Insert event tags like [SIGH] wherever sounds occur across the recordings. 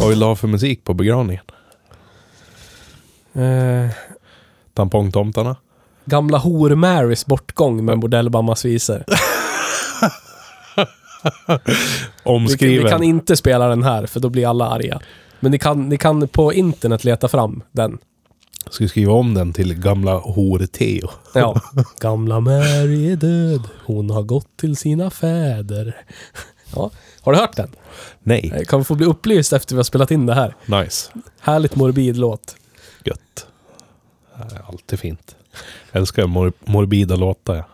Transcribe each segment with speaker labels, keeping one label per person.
Speaker 1: Vad vill du ha för musik på begravningen?
Speaker 2: Eh,
Speaker 1: Tampongtomtarna?
Speaker 2: gamla hor-Marys bortgång med bordellmammas visor. Vi,
Speaker 1: Omskriven?
Speaker 2: vi kan inte spela den här, för då blir alla arga. Men ni kan, ni kan på internet leta fram den.
Speaker 1: Ska vi skriva om den till gamla Hore-Teo?
Speaker 2: Ja. Gamla Mary är död, hon har gått till sina fäder. Ja. Har du hört den?
Speaker 1: Nej.
Speaker 2: Eh, Kan vi få bli upplyst efter vi har spelat in det här?
Speaker 1: Nice.
Speaker 2: Härligt morbid låt.
Speaker 1: Gött. Det är Alltid fint. Älskar jag mor morbida låtar. ja.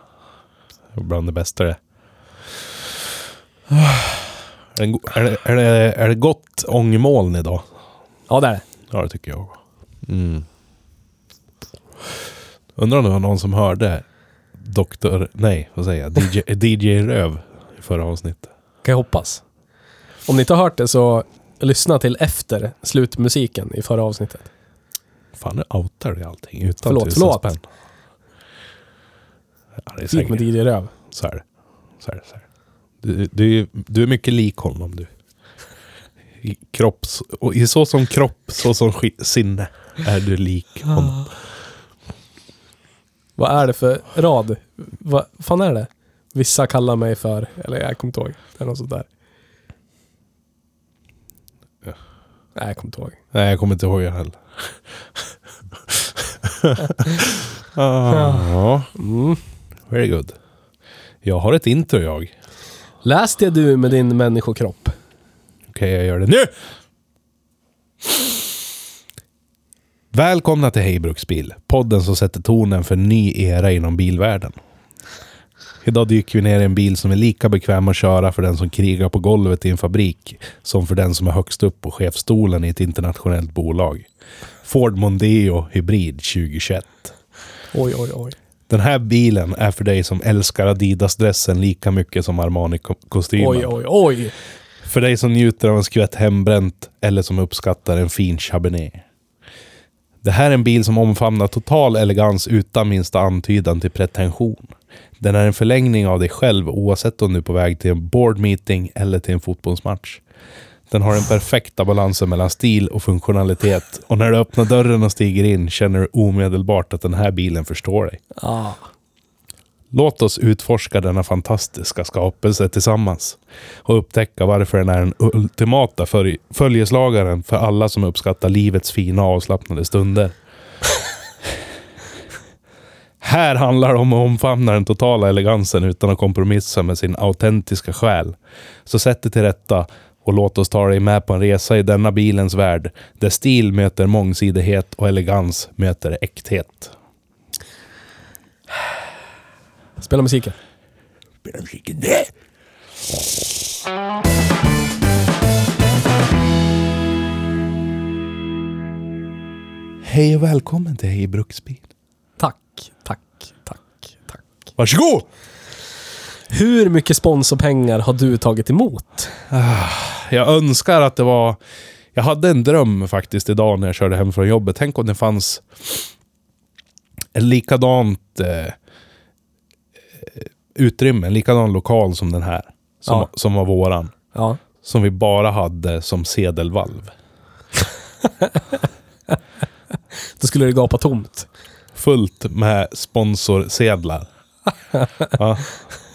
Speaker 1: Det är Bland det bästa det [SIGHS] är. Är det, go- är, det, är, det, är det gott ångmoln idag?
Speaker 2: Ja, där.
Speaker 1: Ja, det tycker jag. Mm. Undrar om det var någon som hörde Doktor... Nej, vad säger jag?
Speaker 2: [LAUGHS]
Speaker 1: DJ, DJ Röv i förra avsnittet.
Speaker 2: Kan jag hoppas. Om ni inte har hört det så lyssna till efter slutmusiken i förra avsnittet.
Speaker 1: Fan, nu outar du allting utan
Speaker 2: Förlåt,
Speaker 1: tusen
Speaker 2: förlåt.
Speaker 1: spänn. Ja, det är
Speaker 2: Fint med
Speaker 1: säkert.
Speaker 2: DJ Röv.
Speaker 1: Så är det. Så är det, så är det. Du, du, är- du är mycket lik honom du. I kropps... Och i så som kropp, så som sk- sinne är du lik honom.
Speaker 2: Vad är det för rad? Vad fan är det? Vissa kallar mig för... Eller jag kommer inte ihåg. Det är något sånt där.
Speaker 1: Ja.
Speaker 2: Nej, jag kommer inte ihåg.
Speaker 1: Nej, jag kommer inte ihåg det heller. [LAUGHS] ah, ja.
Speaker 2: Mm.
Speaker 1: Very good. Jag har ett intro jag. Okej,
Speaker 2: Läs det du med din människokropp.
Speaker 1: jag gör det nu! Välkomna till Hej Bruksbil, podden som sätter tonen för en ny era inom bilvärlden. Idag dyker vi ner i en bil som är lika bekväm att köra för den som krigar på golvet i en fabrik som för den som är högst upp på chefstolen i ett internationellt bolag. Ford Mondeo Hybrid 2021.
Speaker 2: Oj, oj, oj.
Speaker 1: Den här bilen är för dig som älskar Adidas-dressen lika mycket som
Speaker 2: Oj,
Speaker 1: Armani-kostymen.
Speaker 2: oj, oj.
Speaker 1: För dig som njuter av en skvätt hembränt eller som uppskattar en fin Cabernet. Det här är en bil som omfamnar total elegans utan minsta antydan till pretension. Den är en förlängning av dig själv oavsett om du är på väg till en board meeting eller till en fotbollsmatch. Den har den perfekta balansen mellan stil och funktionalitet och när du öppnar dörren och stiger in känner du omedelbart att den här bilen förstår dig.
Speaker 2: Ja.
Speaker 1: Låt oss utforska denna fantastiska skapelse tillsammans och upptäcka varför den är den ultimata följ- följeslagaren för alla som uppskattar livets fina och avslappnade stunder. [LAUGHS] Här handlar det om att omfamna den totala elegansen utan att kompromissa med sin autentiska själ. Så sätt dig till rätta och låt oss ta dig med på en resa i denna bilens värld där stil möter mångsidighet och elegans möter äkthet.
Speaker 2: Spela musiken.
Speaker 1: Hej och välkommen till Hej Bruksbil.
Speaker 2: Tack, tack, tack, tack.
Speaker 1: Varsågod!
Speaker 2: Hur mycket sponsorpengar har du tagit emot?
Speaker 1: Jag önskar att det var... Jag hade en dröm faktiskt idag när jag körde hem från jobbet. Tänk om det fanns en likadant eh, eh, utrymme, en likadan lokal som den här. Som,
Speaker 2: Ja.
Speaker 1: som var våran.
Speaker 2: Ja.
Speaker 1: Som vi bara hade som sedelvalv.
Speaker 2: Då skulle det gapa tomt.
Speaker 1: Fullt med sponsorsedlar. ja.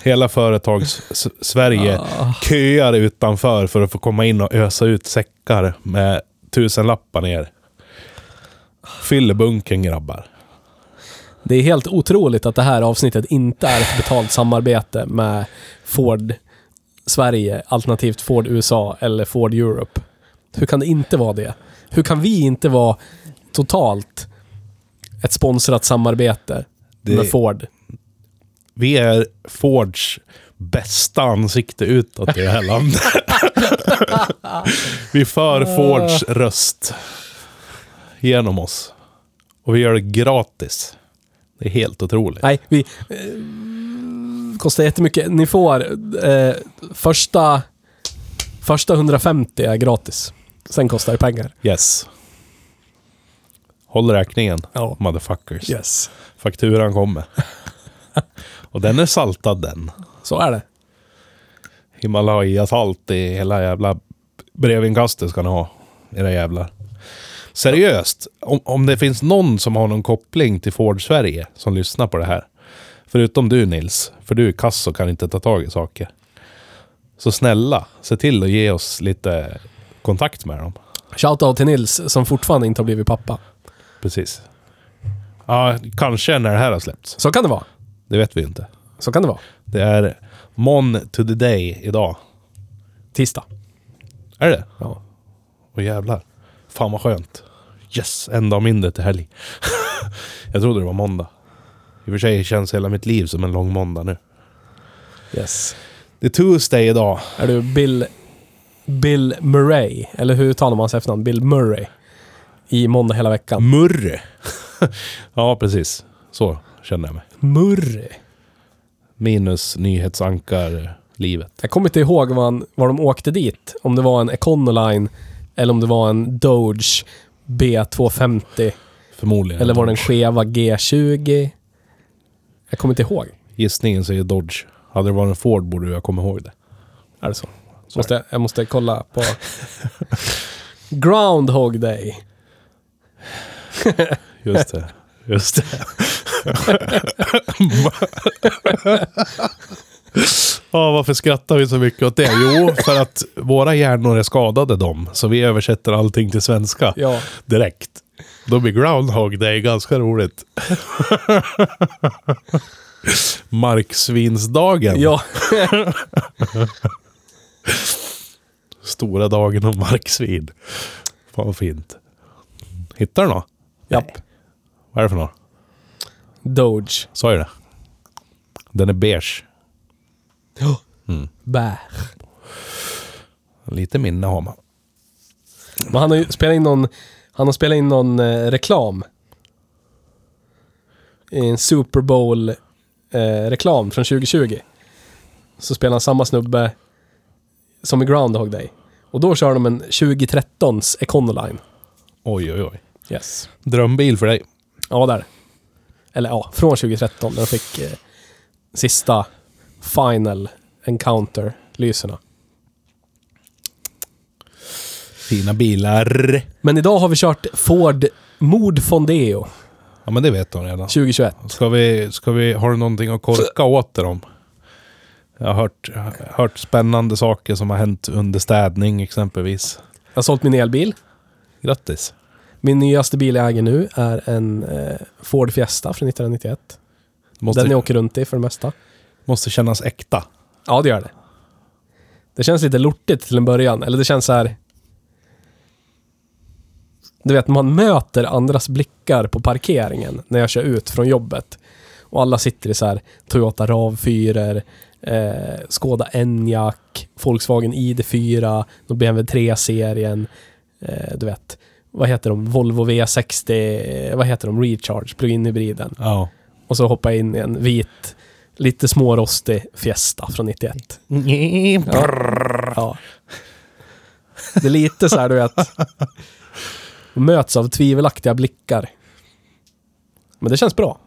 Speaker 1: Hela företags S- Sverige köar utanför för att få komma in och ösa ut säckar med tusenlappar ner. Fyll bunken grabbar.
Speaker 2: Det är helt otroligt att det här avsnittet inte är ett betalt samarbete med Ford Sverige, alternativt Ford USA eller Ford Europe. Hur kan det inte vara det? Hur kan vi inte vara totalt ett sponsrat samarbete
Speaker 1: Det-
Speaker 2: med Ford?
Speaker 1: Vi är Fords bästa ansikte utåt i det här landet. vi för Fords röst genom oss. Och vi gör det gratis. Det är helt otroligt.
Speaker 2: Nej, vi... Eh, kostar jättemycket. Ni får... Eh, första... Första 150 är gratis. Sen kostar det pengar.
Speaker 1: Yes. Håll räkningen,
Speaker 2: Ja.
Speaker 1: motherfuckers.
Speaker 2: Yes.
Speaker 1: Fakturan kommer. Och den är saltad den.
Speaker 2: Så är det.
Speaker 1: Himalaya-salt i hela jävla brevinkastet ska ni ha. Era jävlar. Seriöst, om, om det finns någon som har någon koppling till Ford Sverige som lyssnar på det här. Förutom du Nils, för du är kass och kan inte ta tag i saker. Så snälla, se till att ge oss lite kontakt med dem.
Speaker 2: Shoutout till Nils som fortfarande inte har blivit pappa.
Speaker 1: Precis. Ja, kanske när det här har släppts.
Speaker 2: Så kan det vara.
Speaker 1: Det vet vi ju inte.
Speaker 2: Så kan det vara.
Speaker 1: Det är Mon to the day idag.
Speaker 2: Tisdag.
Speaker 1: Är det?
Speaker 2: Ja.
Speaker 1: Och jävlar. Fan vad skönt. Yes, en dag mindre till helg. [LAUGHS] jag trodde det var måndag. I och för sig känns hela mitt liv som en lång måndag nu.
Speaker 2: Yes.
Speaker 1: Det är Tuesday idag.
Speaker 2: Är du Bill... Bill Murray? Eller hur talar man sig efternamn? Bill Murray. I måndag hela veckan.
Speaker 1: Murre. [LAUGHS] ja, precis. Så känner jag mig.
Speaker 2: Murray.
Speaker 1: Minus eh, nyhetsankar-livet.
Speaker 2: Jag kommer inte ihåg var, han, var de åkte dit. Om det var en Econoline eller om det var en Doge B250.
Speaker 1: Förmodligen.
Speaker 2: Eller var det en skeva G20? Jag kommer inte ihåg.
Speaker 1: Gissningen säger Dodge. Hade det varit en Ford borde jag komma ihåg det.
Speaker 2: Är det så? Måste, jag- jag måste kolla på... [LAUGHS] Groundhog Day.
Speaker 1: Just det. Just det. [LAUGHS] Ja, varför skrattar vi så mycket åt det? Jo, för att våra hjärnor är skadade dem, så vi översätter allting till svenska
Speaker 2: Ja.
Speaker 1: direkt. Då blir Groundhog Day ganska roligt. [LAUGHS] Marksvinsdagen.
Speaker 2: Ja.
Speaker 1: Stora dagen om marksvin. Fan vad fint. Hittar du något?
Speaker 2: Japp.
Speaker 1: Vad är det för något?
Speaker 2: Doge. [GASPS]
Speaker 1: Sa ju det. Den är beige.
Speaker 2: Mm. Bä.
Speaker 1: Lite minne har man.
Speaker 2: Men han har ju spelat in någon... Han har spelat in någon eh, reklam. I en Super Bowl-reklam från 2020. Så spelar han samma snubbe som i Groundhog Day. Och då kör de en 2013s Econoline.
Speaker 1: Oj, oj, oj.
Speaker 2: Yes.
Speaker 1: Drömbil för dig.
Speaker 2: Ja, där. Eller ja, från 2013. Den fick eh, sista final encounter-lyserna.
Speaker 1: Fina bilar.
Speaker 2: Men idag har vi kört Ford Mod Fondeo
Speaker 1: Ja, men det vet de redan.
Speaker 2: 2021.
Speaker 1: Ska vi, ska vi, har du någonting att korka åt er om? Jag har hört, hört spännande saker som har hänt under städning exempelvis.
Speaker 2: Jag har sålt min elbil.
Speaker 1: Grattis.
Speaker 2: Min nyaste bil jag äger nu är en eh, Ford Fiesta från 1991.
Speaker 1: Måste,
Speaker 2: Den jag åker runt i för det mesta.
Speaker 1: måste kännas äkta.
Speaker 2: Ja, det gör det. Det känns lite lortigt till en början. Eller det känns så här... Du vet, man möter andras blickar på parkeringen när jag kör ut från jobbet. Och alla sitter i så här Toyota RAV4, eh, Skoda Enyaq, Volkswagen ID4, någon BMW 3-serien. Eh, du vet, vad heter de? Volvo V60, eh, vad heter de? Recharge, plug-in hybriden.
Speaker 1: Ja.
Speaker 2: Och så hoppar jag in i en vit, lite smårostig Fiesta från 91. Ja. [LAUGHS] Det är lite så här, du vet. Man möts av tvivelaktiga blickar. Men det känns bra.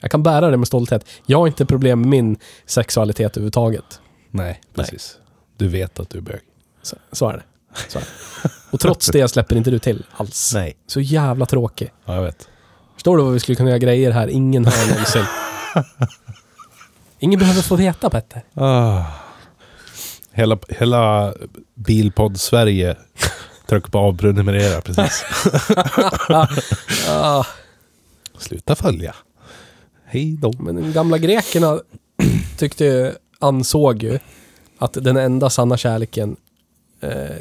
Speaker 2: Jag kan bära det med stolthet. Jag har inte problem med min sexualitet överhuvudtaget.
Speaker 1: Nej, precis. Du vet att du är bög.
Speaker 2: Så, så är det. Så är det. Och trots det släpper inte du till alls.
Speaker 1: Nej.
Speaker 2: Så jävla tråkig.
Speaker 1: Ja, jag vet.
Speaker 2: Förstår du vad vi skulle kunna göra grejer här? Ingen hör någonsin. Ingen behöver få veta, Petter.
Speaker 1: Ah. Hela, hela Bilpodd Sverige tryck på avprenumerera precis.
Speaker 2: Ah,
Speaker 1: Sluta följa. Hej då.
Speaker 2: Men de gamla grekerna tyckte ju, ansåg ju att den enda sanna kärleken eh,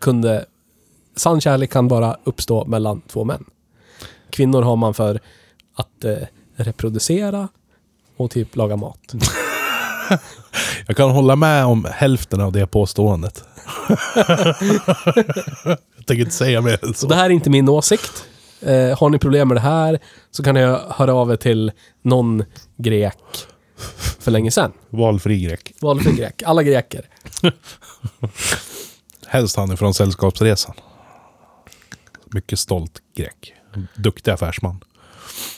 Speaker 2: kunde sann kärlek kan bara uppstå mellan två män. Kvinnor har man för att eh, reproducera och typ laga mat.
Speaker 1: Jag kan hålla med om hälften av det påståendet. [LAUGHS] jag tänker inte säga mer än
Speaker 2: Så det
Speaker 1: så.
Speaker 2: här är inte min åsikt. Eh, har ni problem med det här så kan jag höra av er till någon grek för länge sedan.
Speaker 1: Valfri grek.
Speaker 2: Valfri grek. Alla greker.
Speaker 1: Helst han ifrån Sällskapsresan. Mycket stolt grek. Duktig affärsman.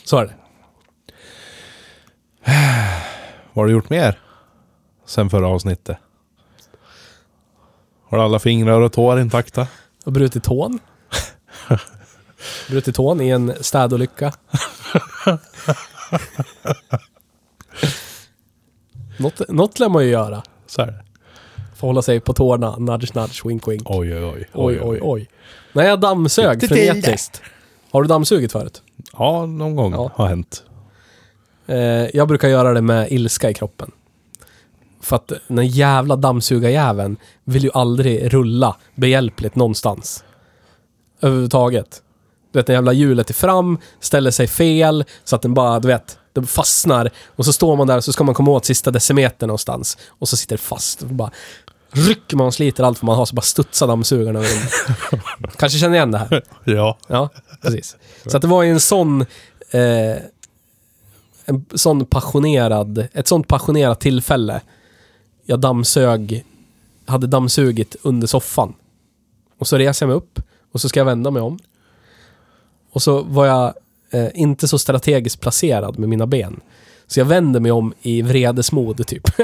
Speaker 2: Så är det.
Speaker 1: Vad har du gjort mer? Sen förra avsnittet. Har du alla fingrar och tår intakta?
Speaker 2: Och
Speaker 1: [LAUGHS]
Speaker 2: brutit tån. brutit tån i en städolycka. något, något lär man ju göra.
Speaker 1: Så är det.
Speaker 2: För att hålla sig på tårna. Nudge, nudge, wink, wink.
Speaker 1: Oj, oj, oj.
Speaker 2: Oj, oj, oj. Nej, jag dammsög
Speaker 1: Fick du till det?
Speaker 2: frenetiskt. Har du dammsugit förut?
Speaker 1: Ja, någon gång
Speaker 2: Ja.
Speaker 1: har hänt.
Speaker 2: Eh, jag brukar göra det med ilska i kroppen. För att den här jävla dammsugarjäveln vill ju aldrig rulla behjälpligt någonstans. Överhuvudtaget. Du vet, när jävla hjulet är fram, ställer sig fel, så att den bara, du vet, den fastnar. Och så står man där och så ska man komma åt sista decimetern någonstans. Och så sitter det fast. Och bara rycker man och sliter allt vad man har, så bara studsar dammsugaren över den. Kanske känner igen det här.
Speaker 1: Ja.
Speaker 2: Ja, precis. Så att det var ju en sån... Eh, en sån passionerad... Ett sånt passionerat tillfälle. Jag dammsög... Hade dammsugit under soffan. Och så reser jag mig upp och så ska jag vända mig om. Och så var jag eh, inte så strategiskt placerad med mina ben. Så jag vänder mig om i vredesmod typ.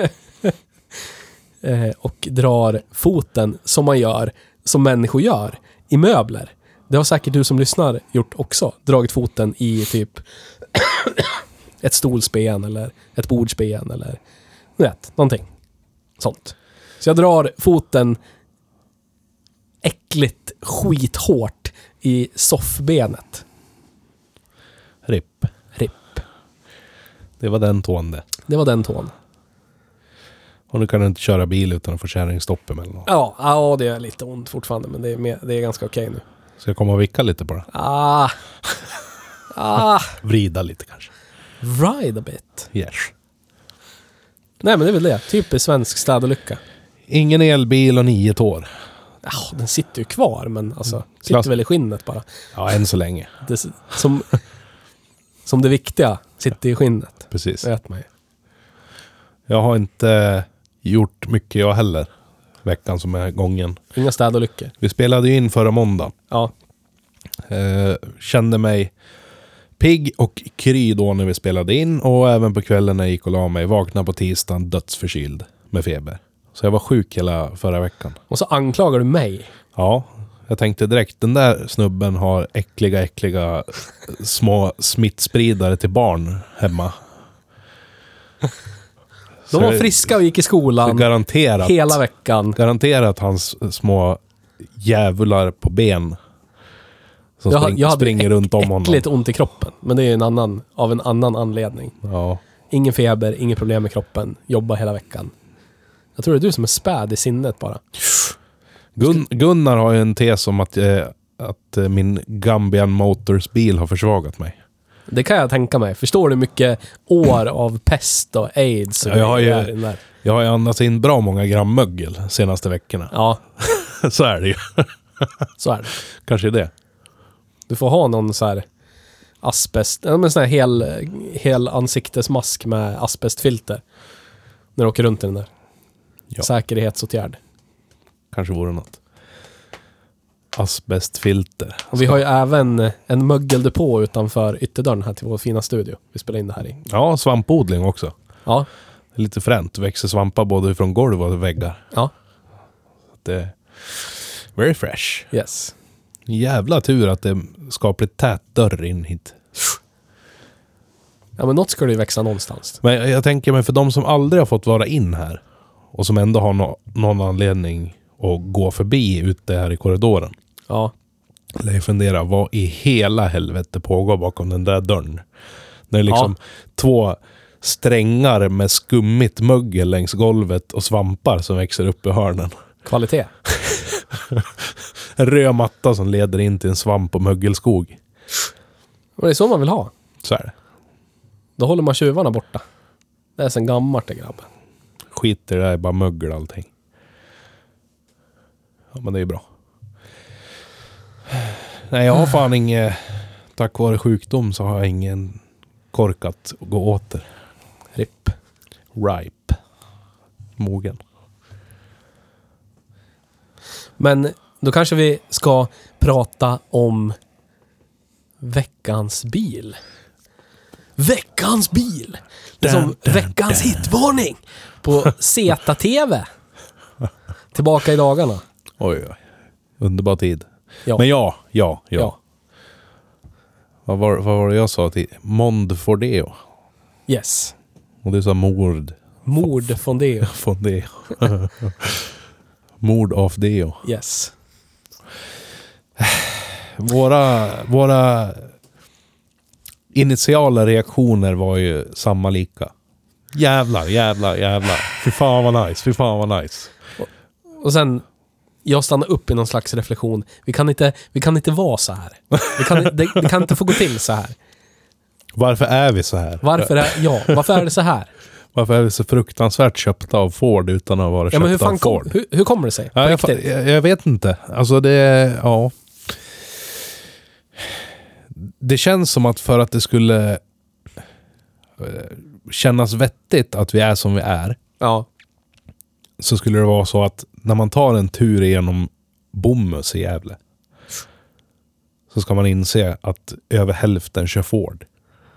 Speaker 2: [LAUGHS] eh, och drar foten som man gör, som människor gör, i möbler. Det har säkert du som lyssnar gjort också. Dragit foten i typ [COUGHS] ett stolsben eller ett bordsben eller du vet, någonting. Sånt. Så jag drar foten äckligt skithårt i soffbenet.
Speaker 1: Ripp.
Speaker 2: Ripp.
Speaker 1: Det var den tån det.
Speaker 2: Det var den tån.
Speaker 1: Och nu kan du inte köra bil utan att få kärringstopp emellan.
Speaker 2: Ja, ja, det är lite ont fortfarande men det är, mer, det är ganska okej nu.
Speaker 1: Ska jag komma och vicka lite bara?
Speaker 2: Ah. Ah.
Speaker 1: Vrida lite kanske.
Speaker 2: Ride a bit.
Speaker 1: Yes.
Speaker 2: Nej men det är väl det. Typisk svensk städolycka.
Speaker 1: Ingen elbil och nio tår.
Speaker 2: Ja, den sitter ju kvar, men alltså, sitter
Speaker 1: Klass-
Speaker 2: väl i skinnet bara.
Speaker 1: Ja, än så länge.
Speaker 2: Det, s- som, som det viktiga sitter i skinnet.
Speaker 1: Precis.
Speaker 2: Det vet man ju.
Speaker 1: Jag har inte eh, gjort mycket jag heller. Veckan som är gången.
Speaker 2: Inga städolyckor.
Speaker 1: Vi spelade ju in förra måndagen.
Speaker 2: Ja,
Speaker 1: Eh, kände mig pigg och kry då när vi spelade in och även på kvällen när jag gick och la mig. Vaknade på tisdagen dödsförkyld med feber. Så jag var sjuk hela förra veckan.
Speaker 2: och så anklagar du mig.
Speaker 1: Ja, jag tänkte direkt den där snubben har äckliga, äckliga små smittspridare till barn hemma. Så
Speaker 2: De var
Speaker 1: jag-
Speaker 2: friska och gick i
Speaker 1: Så
Speaker 2: skolan
Speaker 1: garanterat.
Speaker 2: hela veckan.
Speaker 1: Garanterat hans små djävular på ben. Som
Speaker 2: Jag,
Speaker 1: spring,
Speaker 2: jag hade
Speaker 1: springer runt om honom.
Speaker 2: äckligt ont i kroppen, men det är ju en annan, av en annan anledning.
Speaker 1: Ja.
Speaker 2: Ingen feber, inga problem med kroppen, jobba hela veckan. Jag tror det är du som är späd i sinnet bara.
Speaker 1: Gun, Gunnar har ju en tes om att, eh, att eh, min Gambian Motors bil har försvagat mig.
Speaker 2: Det kan jag tänka mig. Förstår du hur mycket år av pest och aids och
Speaker 1: Ja, jag har ju-
Speaker 2: grejer är i den där?
Speaker 1: Jag har ju andats in bra många gram mögel de senaste veckorna. [LAUGHS]
Speaker 2: Ja,
Speaker 1: Så är det ju.
Speaker 2: så är det.
Speaker 1: Kanske det.
Speaker 2: Du får ha någon så här asbest, ja men sån här hel, hel ansiktesmask med asbestfilter. När du åker runt i den där.
Speaker 1: Ja.
Speaker 2: Säkerhetsåtgärd.
Speaker 1: Kanske vore något. Asbestfilter.
Speaker 2: Och vi har ju även en mögeldepå utanför ytterdörren här till vår fina studio. Vi spelar in det här i.
Speaker 1: Ja, svampodling också.
Speaker 2: Ja,
Speaker 1: Lite fränt. Växer svampar både från golv och väggar.
Speaker 2: ja,
Speaker 1: Det very fresh.
Speaker 2: yes.
Speaker 1: Jävla tur att det är skapligt tät dörr in hit.
Speaker 2: Ja men något ska det ju växa någonstans.
Speaker 1: Men jag, jag tänker mig för de som aldrig har fått vara in här och som ändå har nå- någon anledning att gå förbi ute här i korridoren.
Speaker 2: Ja,
Speaker 1: Lär ju fundera, vad i hela helvete pågår bakom den där dörren? Det är liksom två strängar med skummigt mögel längs golvet och svampar som växer upp i hörnen.
Speaker 2: kvalitet.
Speaker 1: En röd matta som leder in till en svamp och mögelskog.
Speaker 2: Och det är så man vill ha.
Speaker 1: Så är det.
Speaker 2: Då håller man tjuvarna borta. Det är sen gammalt det grabben.
Speaker 1: Skit i det där, bara mögel allting. Ja, men det är bra. Nej, jag har fan inget... Tack vare sjukdom så har jag ingen kork att gå åter.
Speaker 2: RIP.
Speaker 1: Ripe. Mogen.
Speaker 2: Men då kanske vi ska prata om veckans bil. Veckans bil! Det är som veckans hitvarning på ZTV. Tillbaka i dagarna.
Speaker 1: Oj, oj. Underbar tid.
Speaker 2: Ja.
Speaker 1: Men ja, ja, ja.
Speaker 2: Ja.
Speaker 1: Vad, var, vad var det jag sa till? Mond Fordeo.
Speaker 2: Yes.
Speaker 1: Och du sa mord.
Speaker 2: Mord från det.
Speaker 1: Fondeo. [LAUGHS] mord av Deo.
Speaker 2: Yes.
Speaker 1: Våra, våra initiala reaktioner var ju samma lika. Jävlar, jävlar, jävlar. Fy fan vad nice, fy fan vad nice.
Speaker 2: Och sen, jag stannar upp i någon slags reflektion. Vi kan inte, vi kan inte vara så här. Vi kan, det, det kan inte få gå till så här.
Speaker 1: Varför är vi så här?
Speaker 2: Varför är, ja, varför är det så här?
Speaker 1: Varför är vi så fruktansvärt köpta av Ford utan att vara
Speaker 2: Ja, men hur,
Speaker 1: köpta av
Speaker 2: fan kom,
Speaker 1: Ford?
Speaker 2: hur, hur kommer det sig? På
Speaker 1: Ja, jag, fa-
Speaker 2: riktigt?
Speaker 1: jag, jag vet inte. Alltså det... Ja. Det känns som att för att det skulle eh, kännas vettigt att vi är som vi är,
Speaker 2: Ja.
Speaker 1: så skulle det vara så att när man tar en tur genom Bomhus i Gävle, så ska man inse att över hälften kör Ford.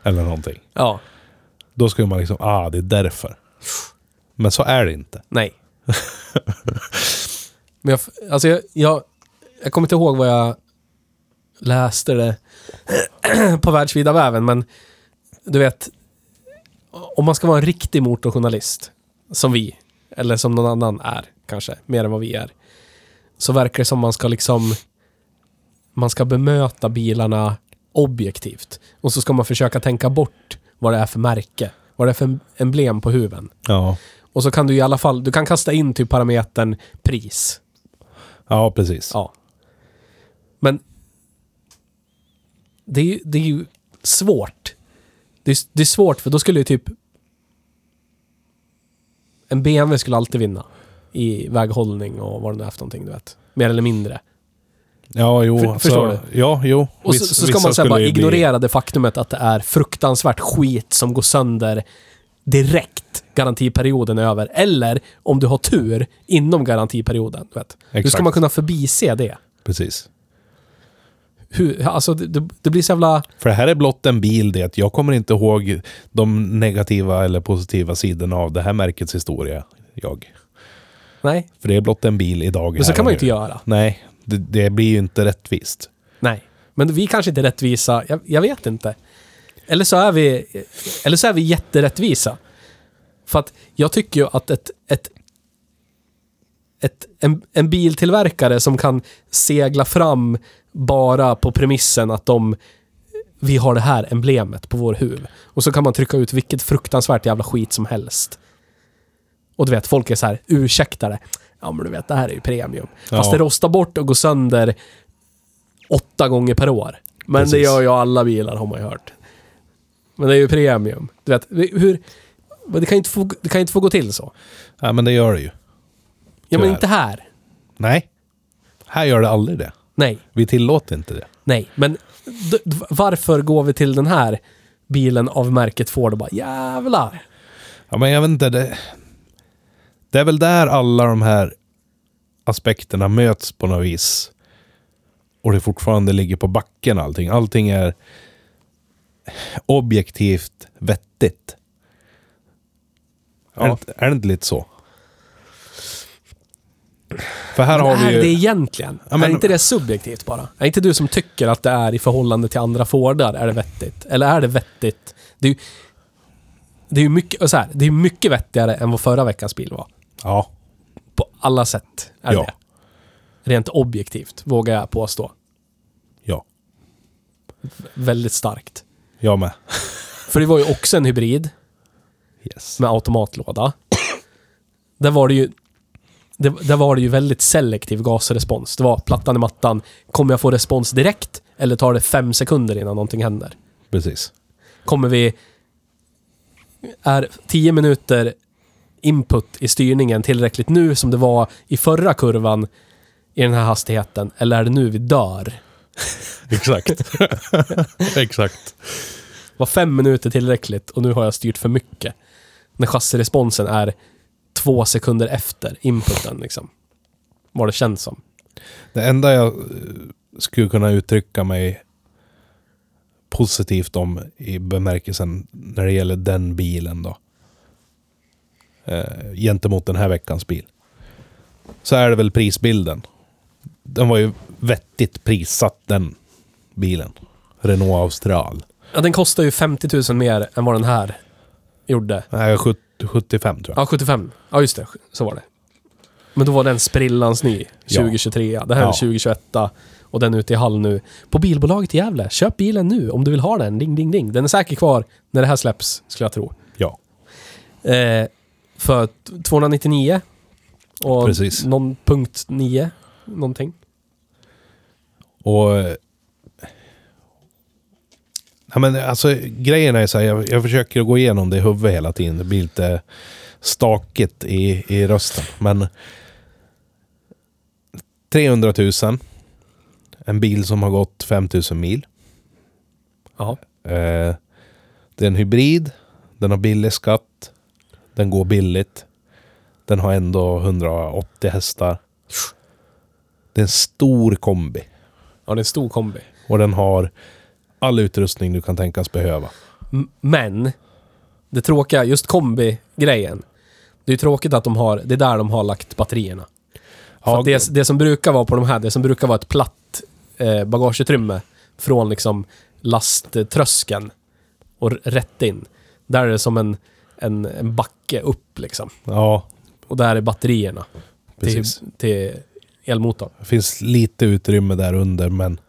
Speaker 1: Eller någonting.
Speaker 2: ja.
Speaker 1: Då skulle man liksom, ah, det är därför. Men så är det inte.
Speaker 2: Nej. [LAUGHS] Men jag, f- alltså jag, jag, jag kommer inte ihåg vad jag läste det [CLEARS THROAT] på världsvida väven, men du vet, om man ska vara en riktig motorjournalist, som vi, eller som någon annan är, kanske, mer än vad vi är, så verkar det som man ska liksom, man ska bemöta bilarna objektivt. Och så ska man försöka tänka bort vad det är för märke, vad det är för emblem på huven.
Speaker 1: Ja,
Speaker 2: Och så kan du i alla fall, du kan kasta in typ parametern pris.
Speaker 1: ja precis.
Speaker 2: Ja. Men det är, ju- det är ju svårt. Det är, det är svårt för då skulle ju typ en BMW skulle alltid vinna i väghållning och vad det nu är för någonting, du vet. Mer eller mindre.
Speaker 1: Ja, jo.
Speaker 2: För- förstår
Speaker 1: så, Ja, jo.
Speaker 2: Och så,
Speaker 1: Viss-
Speaker 2: så ska
Speaker 1: vissa
Speaker 2: man så här
Speaker 1: skulle
Speaker 2: bara
Speaker 1: ju bli-
Speaker 2: ignorera det faktumet att det är fruktansvärt skit som går sönder direkt garantiperioden är över. Eller om du har tur inom garantiperioden. Du vet. Hur ska
Speaker 1: Exakt.
Speaker 2: man kunna förbise det?
Speaker 1: Precis.
Speaker 2: Hur, alltså, det, det, det blir så jävla...
Speaker 1: För det här är blott en bil det. att Jag kommer inte ihåg de negativa eller positiva sidorna av det här märkets historia. Jag.
Speaker 2: Nej,
Speaker 1: För det är blott en bil idag.
Speaker 2: men så
Speaker 1: här
Speaker 2: kan
Speaker 1: och
Speaker 2: man ju
Speaker 1: nu.
Speaker 2: inte göra.
Speaker 1: Nej, det, det blir ju inte rättvist.
Speaker 2: Nej. Men vi kanske inte är rättvisa. Jag, jag vet inte. Eller så är vi, eller så är vi jätterättvisa. För att jag tycker ju att ett, ett, ett, en, en biltillverkare som kan segla fram bara på premissen att de vi har det här emblemet på vår huv. Och så kan man trycka ut vilket fruktansvärt jävla skit som helst. Och du vet, folk är så här, ursäkta det. Ja men du vet, det här är ju premium. Fast
Speaker 1: Ja.
Speaker 2: det rostar bort och går sönder åtta gånger per år. Men det
Speaker 1: Precis.
Speaker 2: gör ju alla bilar har man ju hört. Men det är ju premium. Du vet, hur... men Det kan ju inte få, det kan ju inte få gå till så.
Speaker 1: Nej, men det gör det ju.
Speaker 2: Ja, men
Speaker 1: Tyvärr.
Speaker 2: inte här.
Speaker 1: Nej. Här gör det aldrig det.
Speaker 2: Nej,
Speaker 1: Vi tillåter inte det.
Speaker 2: nej. Men d- d- varför går vi till den här bilen av märket Ford och bara jävlar.
Speaker 1: Ja, men jag vet inte. Det, det är väl där alla de här aspekterna möts på något vis. Och det fortfarande ligger på backen allting. Allting är objektivt vettigt. Är, det,
Speaker 2: Ja.
Speaker 1: inte- är det inte lite så? För här
Speaker 2: Men
Speaker 1: har
Speaker 2: är
Speaker 1: vi ju...
Speaker 2: det egentligen?
Speaker 1: Ja, men-
Speaker 2: Är inte det subjektivt bara? Är inte du som tycker att det är i förhållande till andra Fordar, är det vettigt? Eller är det vettigt? Det är ju det är ju mycket, och så här, det är mycket vettigare än vad förra veckans bil var.
Speaker 1: Ja.
Speaker 2: På alla sätt är
Speaker 1: Ja.
Speaker 2: det Rent objektivt, vågar jag påstå.
Speaker 1: Ja.
Speaker 2: Väldigt starkt.
Speaker 1: Jag med.
Speaker 2: För det var ju också en hybrid
Speaker 1: Yes.
Speaker 2: [COUGHS] med automatlåda. Där var det ju det, där var det ju väldigt selektiv gasrespons. Det var plattan i mattan. Kommer jag få respons direkt? Eller tar det fem sekunder innan någonting händer?
Speaker 1: Precis. [LAUGHS]
Speaker 2: Kommer vi... Är 10 minuter input i styrningen tillräckligt nu som det var i förra kurvan i den här hastigheten? Eller är det nu vi dör?
Speaker 1: Exakt. [LAUGHS] Exakt.
Speaker 2: Var fem minuter tillräckligt och nu har jag styrt för mycket? När chassiresponsen är två sekunder efter inputen liksom. Vad det känns som.
Speaker 1: Det enda jag eh, skulle kunna uttrycka mig positivt om i bemärkelsen när det gäller den bilen då. Eh, gentemot den här veckans bil. Så är det väl prisbilden. Den var ju vettigt prissatt den bilen. Renault Austral.
Speaker 2: Ja, den kostar ju 50 000 mer än vad den här gjorde.
Speaker 1: Nej, 70 75 tror jag.
Speaker 2: Ja, 75. Ja, just det. Så var det. Men då var den sprillans ny.
Speaker 1: Ja.
Speaker 2: 2023. Det här är
Speaker 1: Ja.
Speaker 2: 2021 och den är ute i hall nu. På bilbolaget i Gävle. Köp bilen nu om du vill ha den. Ding, ding, ding. Den är säkert kvar när det här släpps, skulle jag tro.
Speaker 1: Ja.
Speaker 2: Eh, för t- 299 och
Speaker 1: Precis.
Speaker 2: någon punkt 9 någonting.
Speaker 1: Och... eh, Ja, men alltså, grejen är så här, jag, jag försöker gå igenom det i huvudet hela tiden. Det blir lite stakigt i, i rösten. Men 300 000. En bil som har gått 5 000 mil.
Speaker 2: Ja.
Speaker 1: Eh, det är en hybrid. Den har billig skatt. Den går billigt. Den har ändå 180 hästar. Det är en stor kombi.
Speaker 2: ja, det är en stor kombi.
Speaker 1: Och den har all utrustning du kan tänkas behöva.
Speaker 2: M- Men, det tråkiga, just kombi-grejen. Det är ju tråkigt att de har, det är där de har lagt batterierna. För
Speaker 1: Ja,
Speaker 2: att det, det som brukar vara på de här, det som brukar vara ett platt eh, bagageutrymme från liksom lasttröskeln och r- rätt in. Där är det som en, en, en backe upp liksom.
Speaker 1: ja,
Speaker 2: Och där är batterierna till,
Speaker 1: precis.
Speaker 2: till elmotorn.
Speaker 1: Det finns lite utrymme där under, men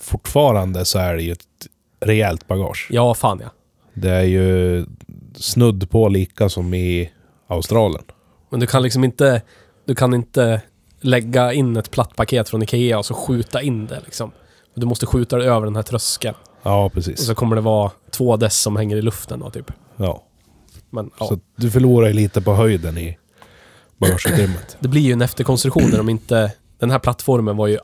Speaker 1: fortfarande så är det ju ett rejält bagage.
Speaker 2: Ja, fan ja.
Speaker 1: Det är ju snudd på lika som i Australien.
Speaker 2: Men du kan liksom inte, du kan inte lägga in ett platt paket från Ikea och så skjuta in det liksom. Du måste skjuta det över den här tröskeln.
Speaker 1: Ja,
Speaker 2: Och
Speaker 1: precis.
Speaker 2: så kommer det vara två dess som hänger i luften då typ.
Speaker 1: Ja.
Speaker 2: Men ja.
Speaker 1: Så du förlorar ju lite på höjden i bagageutrymmet.
Speaker 2: Det blir ju en efterkonstruktion där de inte... Den här plattformen var ju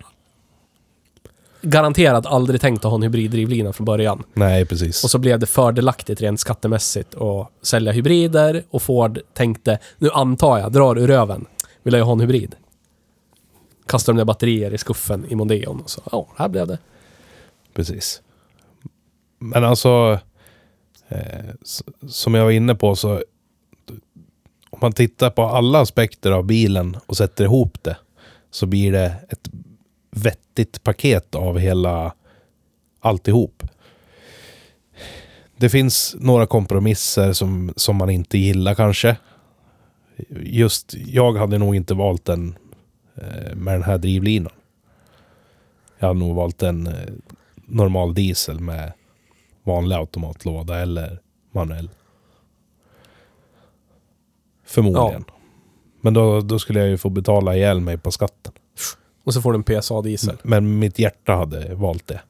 Speaker 2: garanterat aldrig tänkt att ha en hybriddrivlina från början.
Speaker 1: Nej, precis.
Speaker 2: Och så blev det fördelaktigt rent skattemässigt att sälja hybrider och Ford tänkte, nu antar jag, drar ur röven, vill jag ju ha en hybrid. Kastar de där batterier i skuffen i Mondeon och så, ja, här blev det.
Speaker 1: Precis. Men alltså, eh, s- som jag var inne på så, om man tittar på alla aspekter av bilen och sätter ihop det, så blir det ett vettigt paket av hela alltihop. Det finns några kompromisser som, som man inte gillar kanske. Just, jag hade nog inte valt den eh, med den här drivlinan. Jag hade nog valt en eh, normal diesel med vanlig automatlåda eller manuell. Förmodligen. Men då, då skulle jag ju få betala ihjäl mig på skatten.
Speaker 2: Och så får du en PSA-diesel.
Speaker 1: Mm. Men mitt hjärta hade valt det.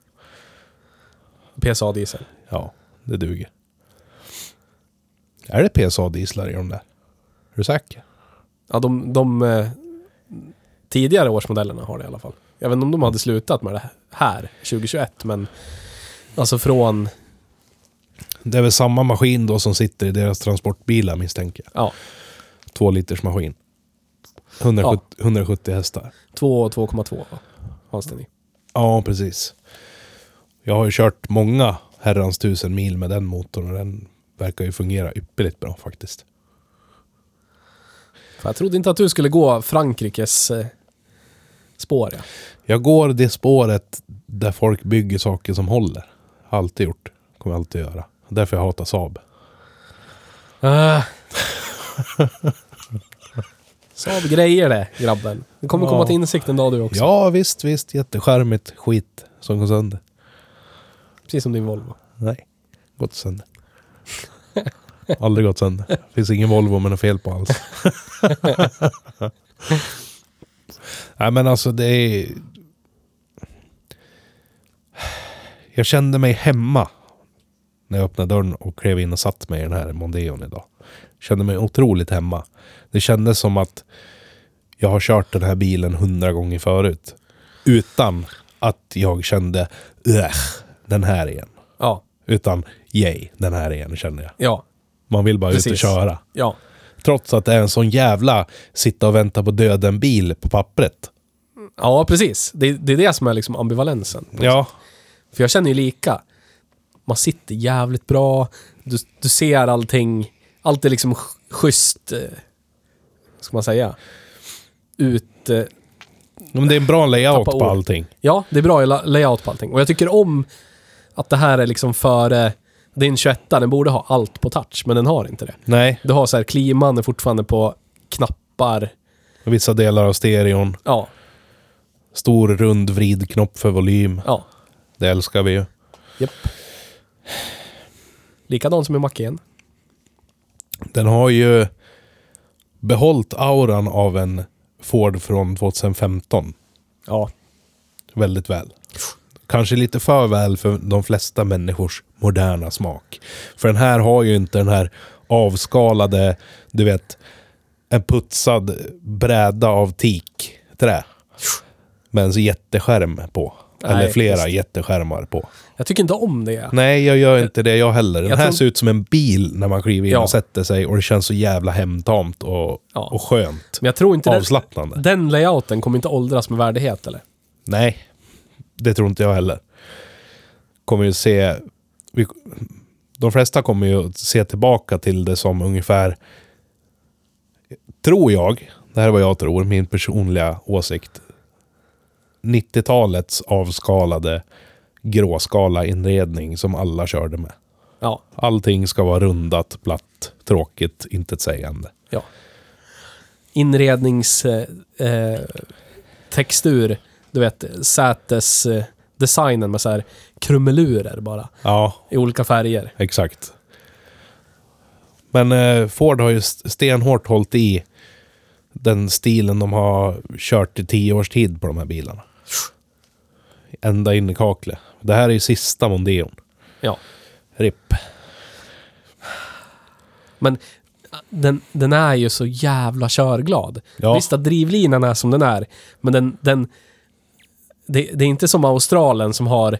Speaker 2: PSA-diesel.
Speaker 1: Ja, det duger. Är det PSA-dieslar i de där? Är du säker?
Speaker 2: Ja, de, de eh, tidigare årsmodellerna har det i alla fall. Jag vet inte om de hade slutat med det här 2021, men alltså från
Speaker 1: Det är väl samma maskin då som sitter i deras transportbilar misstänker jag.
Speaker 2: ja,
Speaker 1: Två liters maskin. 170, 170 hästar.
Speaker 2: 2 och 2,2 va? fanns den i.
Speaker 1: Ja, precis. Jag har ju kört många herrans tusen mil med den motorn och den verkar ju fungera ypperligt bra faktiskt.
Speaker 2: För jag trodde inte att du skulle gå Frankrikes eh, spår. Ja.
Speaker 1: Jag går det spåret där folk bygger saker som håller. Har alltid gjort. Kommer alltid göra. Därför jag hatar Saab.
Speaker 2: Ah. [LAUGHS] Saab grejer det, grabben. Du kommer
Speaker 1: Ja.
Speaker 2: komma till insikt en dag du också.
Speaker 1: Ja, visst, visst. Jätteskärmigt skit som går sönder.
Speaker 2: Precis som din Volvo.
Speaker 1: Nej. Gått sönder. Aldrig gått sönder. Finns ingen Volvo med något fel på alls. [LAUGHS] Nej men alltså det är... Jag kände mig hemma när jag öppnade dörren och klev in och satt mig i den här Mondeon idag. Kände mig otroligt hemma. Det kändes som att jag har kört den här bilen hundra gånger förut. Utan att jag kände "Ugh, den här igen.
Speaker 2: Ja,
Speaker 1: Utan yay, den här igen kände jag.
Speaker 2: ja,
Speaker 1: Man vill bara ut och
Speaker 2: Precis.
Speaker 1: köra.
Speaker 2: ja.
Speaker 1: Trots att det är en sån jävla sitta och vänta på döden-bil på pappret.
Speaker 2: Ja, precis. Det, det är det som är liksom ambivalensen.
Speaker 1: Ja,
Speaker 2: För jag känner ju lika. Man sitter jävligt bra, du, du ser allting. Allt är liksom sch- schysst, eh, vad ska man säga, ut... eh,
Speaker 1: men det är en bra layout
Speaker 2: Tappa
Speaker 1: på
Speaker 2: ord.
Speaker 1: allting.
Speaker 2: Ja, det är bra i la- layout på allting. Och jag tycker om att det här är liksom före... Din 21 den borde ha allt på touch, men den har inte det.
Speaker 1: Nej,
Speaker 2: Du har så här, kliman är fortfarande på knappar.
Speaker 1: vissa delar av stereon.
Speaker 2: Ja,
Speaker 1: Stor rund vridknopp för volym.
Speaker 2: ja.
Speaker 1: Det älskar vi ju.
Speaker 2: Japp. Likadant som i Macken.
Speaker 1: Den har ju behållit auran av en Ford från 2015
Speaker 2: Ja.
Speaker 1: väldigt väl. Kanske lite för väl för de flesta människors moderna smak. För den här har ju inte den här avskalade, du vet, en putsad bräda av teakträ. Med en jätteskärm på. Eller
Speaker 2: Nej,
Speaker 1: flera
Speaker 2: just
Speaker 1: jätteskärmar på.
Speaker 2: Jag tycker inte om det.
Speaker 1: Nej, jag gör inte det jag heller. Den
Speaker 2: Jag
Speaker 1: här
Speaker 2: tror-
Speaker 1: ser ut som en bil när man kliver in
Speaker 2: Ja.
Speaker 1: och sätter sig och det känns så jävla hemtamt och,
Speaker 2: Ja.
Speaker 1: och skönt.
Speaker 2: Men jag tror inte den,
Speaker 1: Avslappnande.
Speaker 2: den layouten kommer inte åldras med värdighet eller?
Speaker 1: Nej, det tror inte jag heller. Kommer ju se... Vi, de flesta kommer ju att se tillbaka till det som ungefär... Tror jag, det här är vad jag tror, min personliga åsikt. 90-talets avskalade gråskala inredning som alla körde med.
Speaker 2: Ja,
Speaker 1: Allting ska vara rundat, platt, tråkigt, intetsägande.
Speaker 2: ja. Inredningstextur, eh, textur, du vet, sätes eh, designen med så här krumelurer bara
Speaker 1: Ja,
Speaker 2: i olika färger.
Speaker 1: Exakt. Men eh, Ford har ju st- stenhårt hållit i den stilen de har kört i tio års tid på de här bilarna. Ända in i kaklet. Det här är ju sista Mondeon.
Speaker 2: Ja,
Speaker 1: RIP.
Speaker 2: men eh, den, den är ju så jävla körglad.
Speaker 1: Ja.
Speaker 2: Visst att drivlinan är som den är, men den... den det, det är inte som Australien som har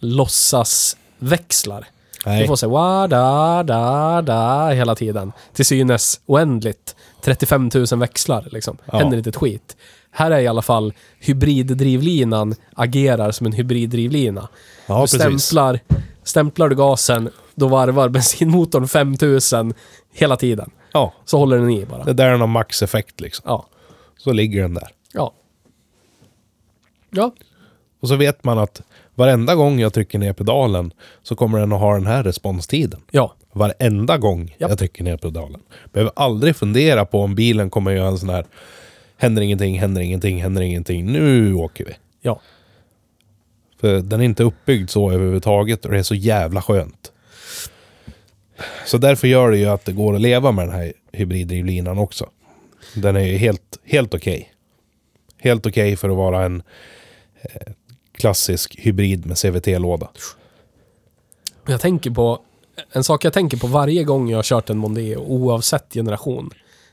Speaker 2: låtsasväxlar. Du
Speaker 1: Nej.
Speaker 2: får se wa da da da hela tiden. Till synes oändligt. 35 000 växlar liksom.
Speaker 1: Ja.
Speaker 2: Händer inte ett skit. Här är i alla fall hybriddrivlinan agerar som en hybriddrivlina.
Speaker 1: Ja,
Speaker 2: du
Speaker 1: precis.
Speaker 2: stämplar, stämplar du gasen, då varvar bensinmotorn 5000 hela tiden.
Speaker 1: Ja,
Speaker 2: Så håller den i bara.
Speaker 1: det där är någon maxeffekt liksom.
Speaker 2: Ja.
Speaker 1: Så ligger den där.
Speaker 2: Ja. Ja.
Speaker 1: Och så vet man att varenda gång jag trycker ner pedalen så kommer den att ha den här responstiden.
Speaker 2: Ja.
Speaker 1: Varenda gång
Speaker 2: Japp.
Speaker 1: jag trycker ner pedalen. Behöver aldrig fundera på om bilen kommer göra en sån här Händer ingenting, händer ingenting, händer ingenting. Nu åker vi.
Speaker 2: Ja.
Speaker 1: För den är inte uppbyggd så överhuvudtaget och det är så jävla skönt. Så därför gör det ju att det går att leva med den här hybriddrivlinan också. Den är ju helt, helt okej. Helt okej för att vara en eh, klassisk hybrid med CVT-låda.
Speaker 2: Jag tänker på, en sak jag tänker på varje gång jag har kört en Mondeo, oavsett generation.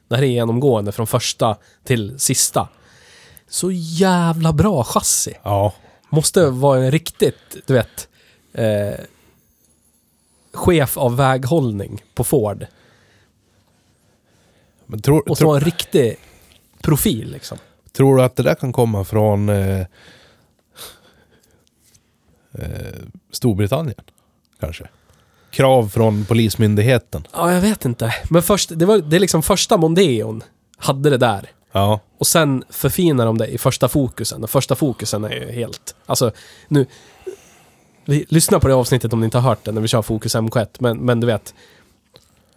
Speaker 2: Det här är genomgående från första till sista. Så jävla bra chassi.
Speaker 1: Ja,
Speaker 2: Måste vara en riktigt, du vet, eh, chef av väghållning på Ford.
Speaker 1: men tror,
Speaker 2: Och så
Speaker 1: tror,
Speaker 2: en riktig profil liksom.
Speaker 1: tror du att det där kan komma från eh, eh, eh, Storbritannien? Kanske? Krav från Polismyndigheten?
Speaker 2: Ja, jag vet inte. Men först, det, var, det är liksom första Mondeon hade det där.
Speaker 1: Ja,
Speaker 2: Och sen förfinar de det i första fokusen. Och första fokusen är ju helt... Alltså, nu... Vi, lyssna på det avsnittet om ni inte har hört det, när vi kör Fokus MK1. Men, men du vet...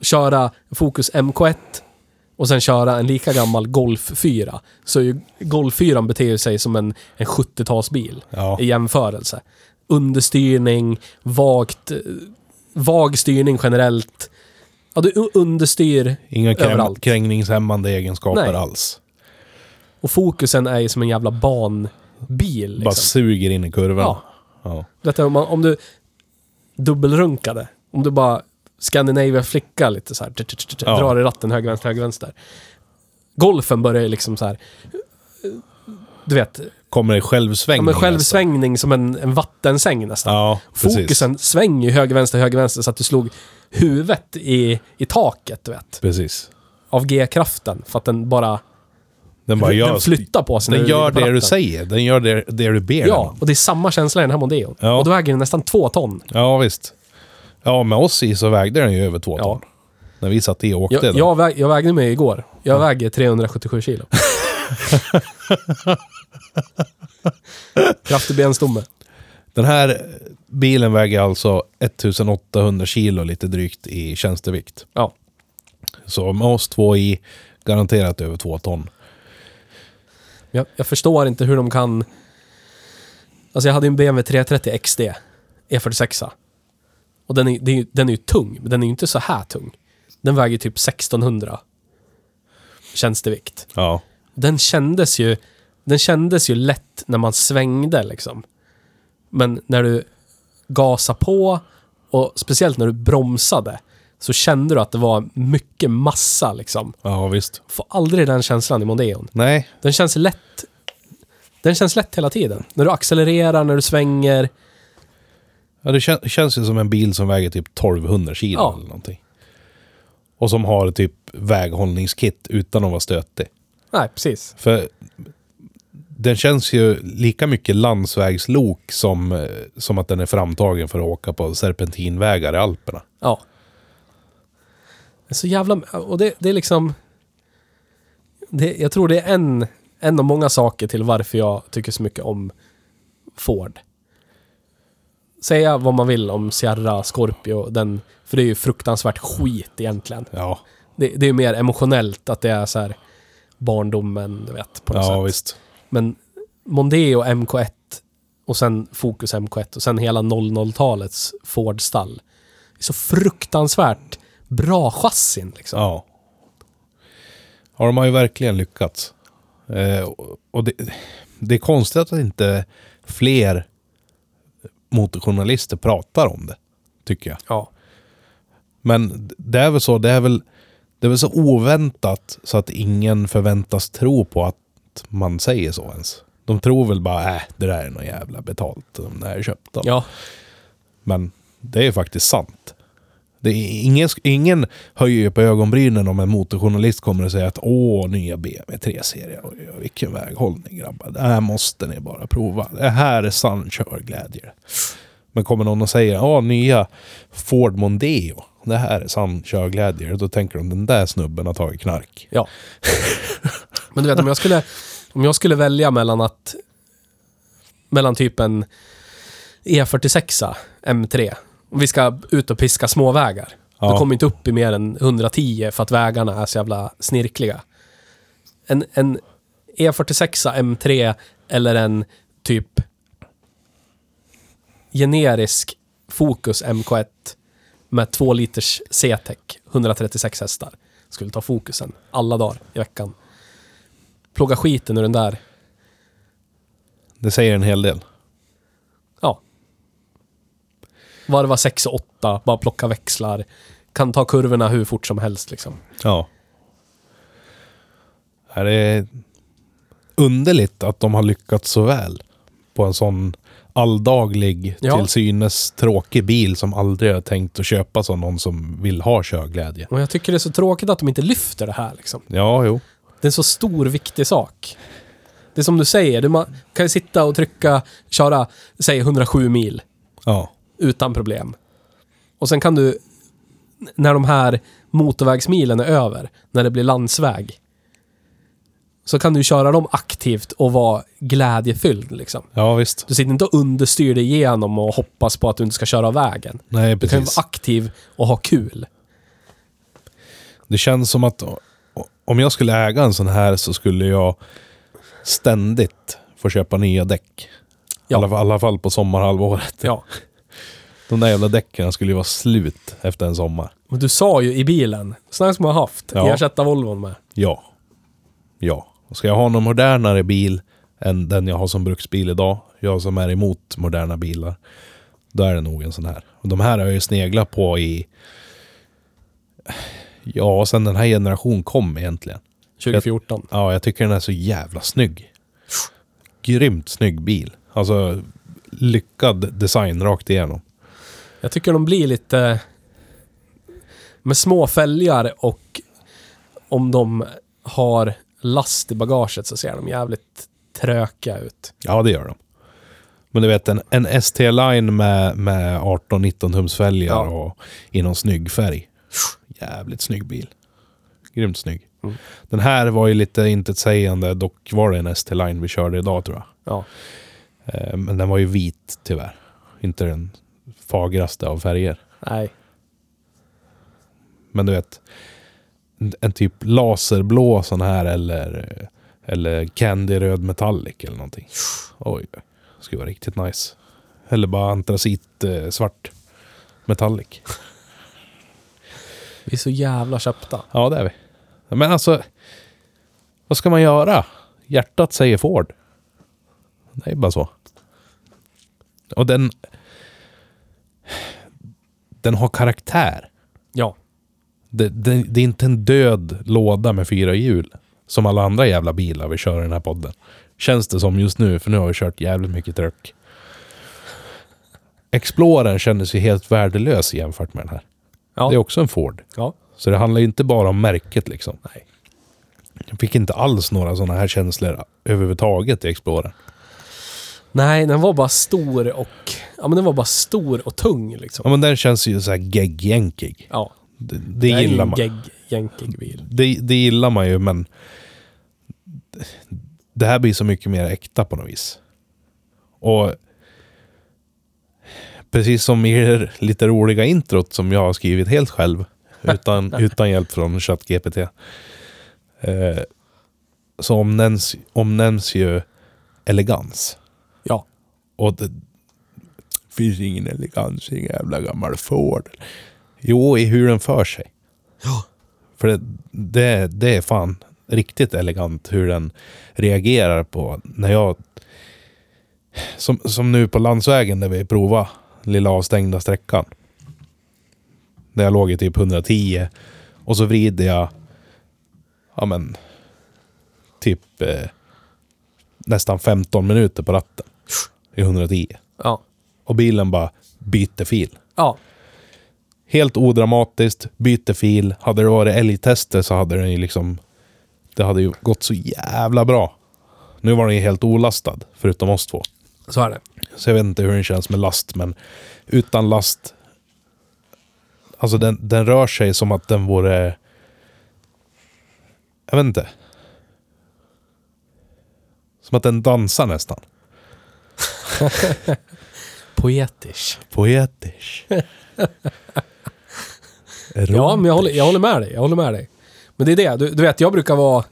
Speaker 2: Köra Fokus MK1 och sen köra en lika gammal Golf 4. Så är ju Golf 4 beter sig som en, en 70-talsbil
Speaker 1: ja.
Speaker 2: i jämförelse. Understyrning, vagt... eh, Vag styrning generellt. Ja, du u- understyr
Speaker 1: Inga kräm-
Speaker 2: Överallt. liksom.
Speaker 1: krängningshämmande egenskaper
Speaker 2: Nej.
Speaker 1: alls.
Speaker 2: Och fokusen är ju som en jävla banbil.
Speaker 1: Bara
Speaker 2: Liksom.
Speaker 1: suger in i kurvan.
Speaker 2: Ja.
Speaker 1: Ja.
Speaker 2: Detta, om, man, om du dubbelrunkade, om du bara Scandinavia flickar lite så här, tut, tut, tut, tut,
Speaker 1: Ja.
Speaker 2: drar i ratten höger, vänster, höger, vänster. Golfen börjar ju liksom så här, du vet,
Speaker 1: Kommer det självsvängning?
Speaker 2: ja, men
Speaker 1: nästan?
Speaker 2: självsvängning som en, en vattensäng nästan.
Speaker 1: Ja, precis.
Speaker 2: Fokusen svänger ju höger, vänster, höger, vänster så att du slog huvudet i, i taket, du vet.
Speaker 1: Precis.
Speaker 2: Av G-kraften, för att den bara
Speaker 1: Den bara gör,
Speaker 2: den flyttar på sig. när
Speaker 1: den
Speaker 2: du
Speaker 1: gör
Speaker 2: ligger på
Speaker 1: det du
Speaker 2: ratten.
Speaker 1: säger. Den gör det, det du ber
Speaker 2: Ja,
Speaker 1: den.
Speaker 2: och det är samma känsla i den här Mondeon.
Speaker 1: Ja.
Speaker 2: Och då väger den nästan två ton.
Speaker 1: Ja, visst. Ja, med oss i så vägde den ju över två
Speaker 2: Ja.
Speaker 1: ton. När vi satt i och åkte.
Speaker 2: Jag,
Speaker 1: den.
Speaker 2: jag, väg, jag vägde mig igår. Jag väger 377 kilo. Kraftig benstomme.
Speaker 1: Den här bilen väger alltså 1800 kilo lite drygt i tjänstevikt.
Speaker 2: Ja.
Speaker 1: Så med oss två i, garanterat över två ton.
Speaker 2: Jag, jag förstår inte hur de kan... Alltså jag hade ju en BMW 330 XD, E46. E Och den är, det är, ju- den är ju tung, men den är ju inte så här tung. Den väger typ 1600 tjänstevikt.
Speaker 1: Ja.
Speaker 2: Den kändes ju, den kändes ju lätt när man svängde liksom. Men när du gasade på och speciellt när du bromsade så kände du att det var mycket massa liksom.
Speaker 1: Ja, visst.
Speaker 2: Får aldrig den känslan i Mondeon.
Speaker 1: Nej,
Speaker 2: Den känns lätt. Den känns lätt hela tiden. När du accelererar, när du svänger.
Speaker 1: ja, det kän- känns ju som en bil som väger typ 1200 kilo
Speaker 2: Ja.
Speaker 1: eller någonting. Och som har typ väghållningskit utan att vara stötig.
Speaker 2: Nej, precis.
Speaker 1: För den känns ju lika mycket landsvägslok som, eh, som att den är framtagen för att åka på serpentinvägar i Alperna.
Speaker 2: Ja. Det är så jävla... Och det, det är liksom... Det, jag tror det är en, en av många saker till varför jag tycker så mycket om Ford. Säga vad man vill om Sierra, Scorpio, den... För det är ju fruktansvärt skit egentligen.
Speaker 1: Ja,
Speaker 2: Det, det är ju mer emotionellt att det är så här barndomen, du vet, på något
Speaker 1: ja
Speaker 2: sätt.
Speaker 1: visst.
Speaker 2: Men Mondeo MK1 och sen Focus MK1 och sen hela 00-talets Ford-stall. Det är så fruktansvärt bra chassin liksom.
Speaker 1: Ja. ja, de har ju verkligen lyckats. Eh, och- och det, det är konstigt att inte fler motorjournalister pratar om det, tycker jag.
Speaker 2: Ja.
Speaker 1: Men det är väl så, det är väl, det är väl så oväntat så att ingen förväntas tro på att man säger så ens. De tror väl bara, äh, det där är något jävla betalt, de där är köpta.
Speaker 2: Ja.
Speaker 1: Men det är faktiskt sant. Det är ingen, ingen höjer ju på ögonbrynen om en motorjournalist kommer och säger att åh, nya BMW 3-serie, oj, oj, vilken väghållning grabbar. Det här måste ni bara prova. Det här är sann körglädje. Men kommer någon och säger åh, nya Ford Mondeo, det här är sann körglädje. Då tänker de den där snubben har tagit knark.
Speaker 2: ja. [LAUGHS] Men du vet, om jag skulle, om jag skulle välja mellan att... Mellan typ en E46 M3. Om vi ska ut och piska småvägar.
Speaker 1: Ja.
Speaker 2: Då kommer vi inte upp i mer än 110 för att vägarna är så jävla snirkliga. En, en E46 M3 eller en typ generisk Focus MK1 med 2 liters C-tech, 136 hästar. Skulle ta fokusen alla dagar i veckan. Plåga skiten ur den där.
Speaker 1: Det säger en hel del.
Speaker 2: Ja. Varva 6 och 8, bara plocka växlar. Kan ta kurvorna hur fort som helst liksom.
Speaker 1: Ja. Ja, Det är underligt att de har lyckats så väl på en sån alldaglig,
Speaker 2: Ja.
Speaker 1: till synes tråkig bil som aldrig har tänkt att köpa som någon som vill ha körglädje.
Speaker 2: Och jag tycker det är så tråkigt att de inte lyfter det här liksom.
Speaker 1: Ja, jo.
Speaker 2: Det är en så stor, viktig sak. Det är som du säger, du ma- kan ju sitta och trycka, köra, säg 107 mil
Speaker 1: Ja.
Speaker 2: utan problem. Och sen kan du, n- när de här motorvägsmilen är över, när det blir landsväg, så kan du köra dem aktivt och vara glädjefylld liksom.
Speaker 1: ja, visst.
Speaker 2: Du sitter inte och understyr dig igenom och hoppas på att du inte ska köra av vägen.
Speaker 1: Nej,
Speaker 2: Du kan ju vara
Speaker 1: precis.
Speaker 2: aktiv och ha kul.
Speaker 1: Det känns som att o- om jag skulle äga en sån här så skulle jag ständigt få köpa nya däck. I
Speaker 2: Ja.
Speaker 1: alla, fall- alla fall på sommarhalvåret.
Speaker 2: Ja.
Speaker 1: De där jävla däcken skulle ju vara slut efter en sommar.
Speaker 2: Men du sa ju i bilen, sådana som jag har haft,
Speaker 1: Ja.
Speaker 2: ersätta Volvon med.
Speaker 1: Ja. Ja. Och ska jag ha någon modernare bil än den jag har som bruksbil idag, jag som är emot moderna bilar, då är det nog en sån här. Och de här har jag ju sneglat på i... Ja, sen den här generationen kom egentligen.
Speaker 2: 2014.
Speaker 1: Ja, jag tycker den är så jävla snygg. Grymt snygg bil. Alltså, lyckad design rakt igenom.
Speaker 2: Jag tycker de blir lite... Med små fälgar och om de har last i bagaget så ser de jävligt tröka ut.
Speaker 1: Ja, det gör de. Men du vet, en, en ST-line med, med 18-19 tums fälgar
Speaker 2: Ja.
Speaker 1: och i någon snygg färg. Jävligt snygg bil. Grymt snygg.
Speaker 2: Mm.
Speaker 1: Den här var ju lite intetsägande, dock var det en ST-line vi körde idag tror jag.
Speaker 2: Ja.
Speaker 1: Eh, Men den var ju vit tyvärr. Inte den fagraste av färger.
Speaker 2: Nej.
Speaker 1: Men du vet, en- en typ laserblå sån här eller, eller candyröd metallic eller någonting. Oj, det skulle vara riktigt nice. Eller bara antracit eh, svart metallic.
Speaker 2: Vi är så jävla köpta.
Speaker 1: Ja, det är vi. Men alltså, vad ska man göra? Hjärtat säger Ford. Det är bara så. Och den... Den har karaktär.
Speaker 2: Ja.
Speaker 1: Det, det, det är inte en död låda med fyra hjul. Som alla andra jävla bilar vi kör i den här podden. Känns det som just nu, för nu har vi kört jävligt mycket truck. Explorern kändes ju helt värdelös jämfört med den här.
Speaker 2: Ja.
Speaker 1: Det är också en Ford.
Speaker 2: Ja.
Speaker 1: Så det handlar ju inte bara om märket liksom.
Speaker 2: Nej.
Speaker 1: Jag fick inte alls några sådana här känslor överhuvudtaget i Explorern.
Speaker 2: Nej, den var bara stor och... Ja, men den var bara stor och tung liksom.
Speaker 1: Ja men den känns ju så här geggjänkig.
Speaker 2: Ja.
Speaker 1: Det, det
Speaker 2: är
Speaker 1: gillar
Speaker 2: en
Speaker 1: man.
Speaker 2: gegg- jänkig bil.
Speaker 1: det, det gillar man ju, men det här blir så mycket mer äkta på något vis. Och precis som i det lite roliga introt som jag har skrivit helt själv, utan, utan hjälp från ChatGPT, eh, så omnämns, omnämns ju elegans.
Speaker 2: Ja.
Speaker 1: Och det finns ingen elegans i en jävla gammal Ford. Jo, i hur den för sig.
Speaker 2: Ja.
Speaker 1: För det, det, det är fan riktigt elegant hur den reagerar på när jag... Som, som nu på landsvägen där vi provade lilla avstängda sträckan. Där jag låg i typ 110 och så vrider jag... Ja men... Typ eh, nästan 15 minuter på ratten. I 110.
Speaker 2: Ja.
Speaker 1: Och bilen bara byter fil.
Speaker 2: Ja.
Speaker 1: Helt odramatiskt, byter fil. Hade det varit älgtester så hade den ju liksom... Det hade ju gått så jävla bra. Nu var den ju helt olastad, förutom oss två.
Speaker 2: Så är det.
Speaker 1: Så jag vet inte hur den känns med last, men utan last... Alltså den, den rör sig som att den vore... Jag vet inte. Som att den dansar nästan.
Speaker 2: Poetisch.
Speaker 1: Poetisch. [LAUGHS]
Speaker 2: Ja, men jag håller, jag håller med dig. Jag håller med dig. Men det är det. Du, du vet, jag brukar vara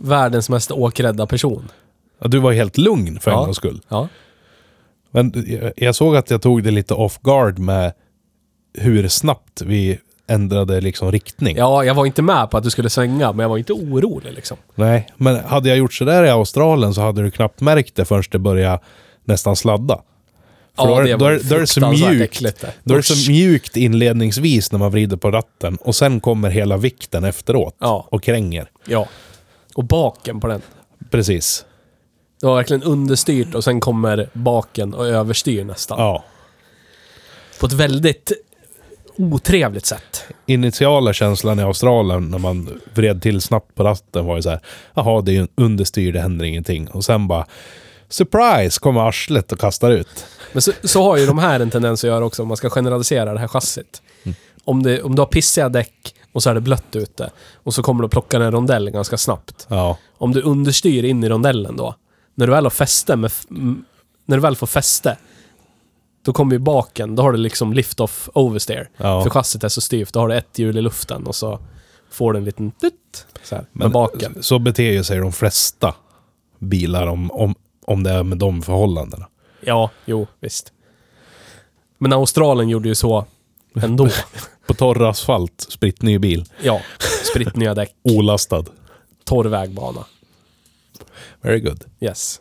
Speaker 2: världens mest åkrädda person.
Speaker 1: Ja, Du var helt lugn för en
Speaker 2: Ja.
Speaker 1: gångs skull.
Speaker 2: Ja.
Speaker 1: Men jag- jag såg att jag tog det lite off guard med hur snabbt vi ändrade liksom riktning.
Speaker 2: ja, jag var inte med på att du skulle svänga, men jag var inte orolig liksom.
Speaker 1: Nej, men hade jag gjort sådär i Australien så hade du knappt märkt det förrän det började nästan sladda. För då, är- då, är- då är det så
Speaker 2: fruktansvärt
Speaker 1: mjukt.
Speaker 2: äckligt det.
Speaker 1: Då är det så mjukt inledningsvis när man vrider på ratten och sen kommer hela vikten efteråt
Speaker 2: Ja.
Speaker 1: och kränger.
Speaker 2: Ja. Och baken på den.
Speaker 1: Precis.
Speaker 2: Det var verkligen understyrt och sen kommer baken och överstyr nästan.
Speaker 1: Ja.
Speaker 2: På ett väldigt otrevligt sätt.
Speaker 1: initiala känslan i Australien när man vred till snabbt på ratten var ju så här. Jaha, det är ju en understyr, det händer ingenting. Och sen bara surprise kommer arslet och kastar ut.
Speaker 2: Men så, så har ju de här en tendens att göra också, om man ska generalisera det här chassit.
Speaker 1: Mm.
Speaker 2: Om, det, om du har pissiga däck och så är det blött ute och så kommer du att plocka en rondell ganska snabbt.
Speaker 1: Ja,
Speaker 2: Om du understyr in i rondellen då, när du väl har fäste med... f- m- När du väl får fäste, då kommer ju baken, då har du liksom lift-off oversteer.
Speaker 1: Ja.
Speaker 2: För chassit är så styvt, då har du ett hjul i luften och så får du en liten tutt så här, med
Speaker 1: men
Speaker 2: baken.
Speaker 1: så beter ju sig de flesta bilar om, om, om det är med de förhållandena.
Speaker 2: Ja, jo, visst. Men Australien gjorde ju så ändå.
Speaker 1: [LAUGHS] På torr asfalt, spritt ny bil, [LAUGHS] Oh.
Speaker 2: ja, spritt nya däck.
Speaker 1: olastad.
Speaker 2: torr vägbana.
Speaker 1: Very good.
Speaker 2: Yes.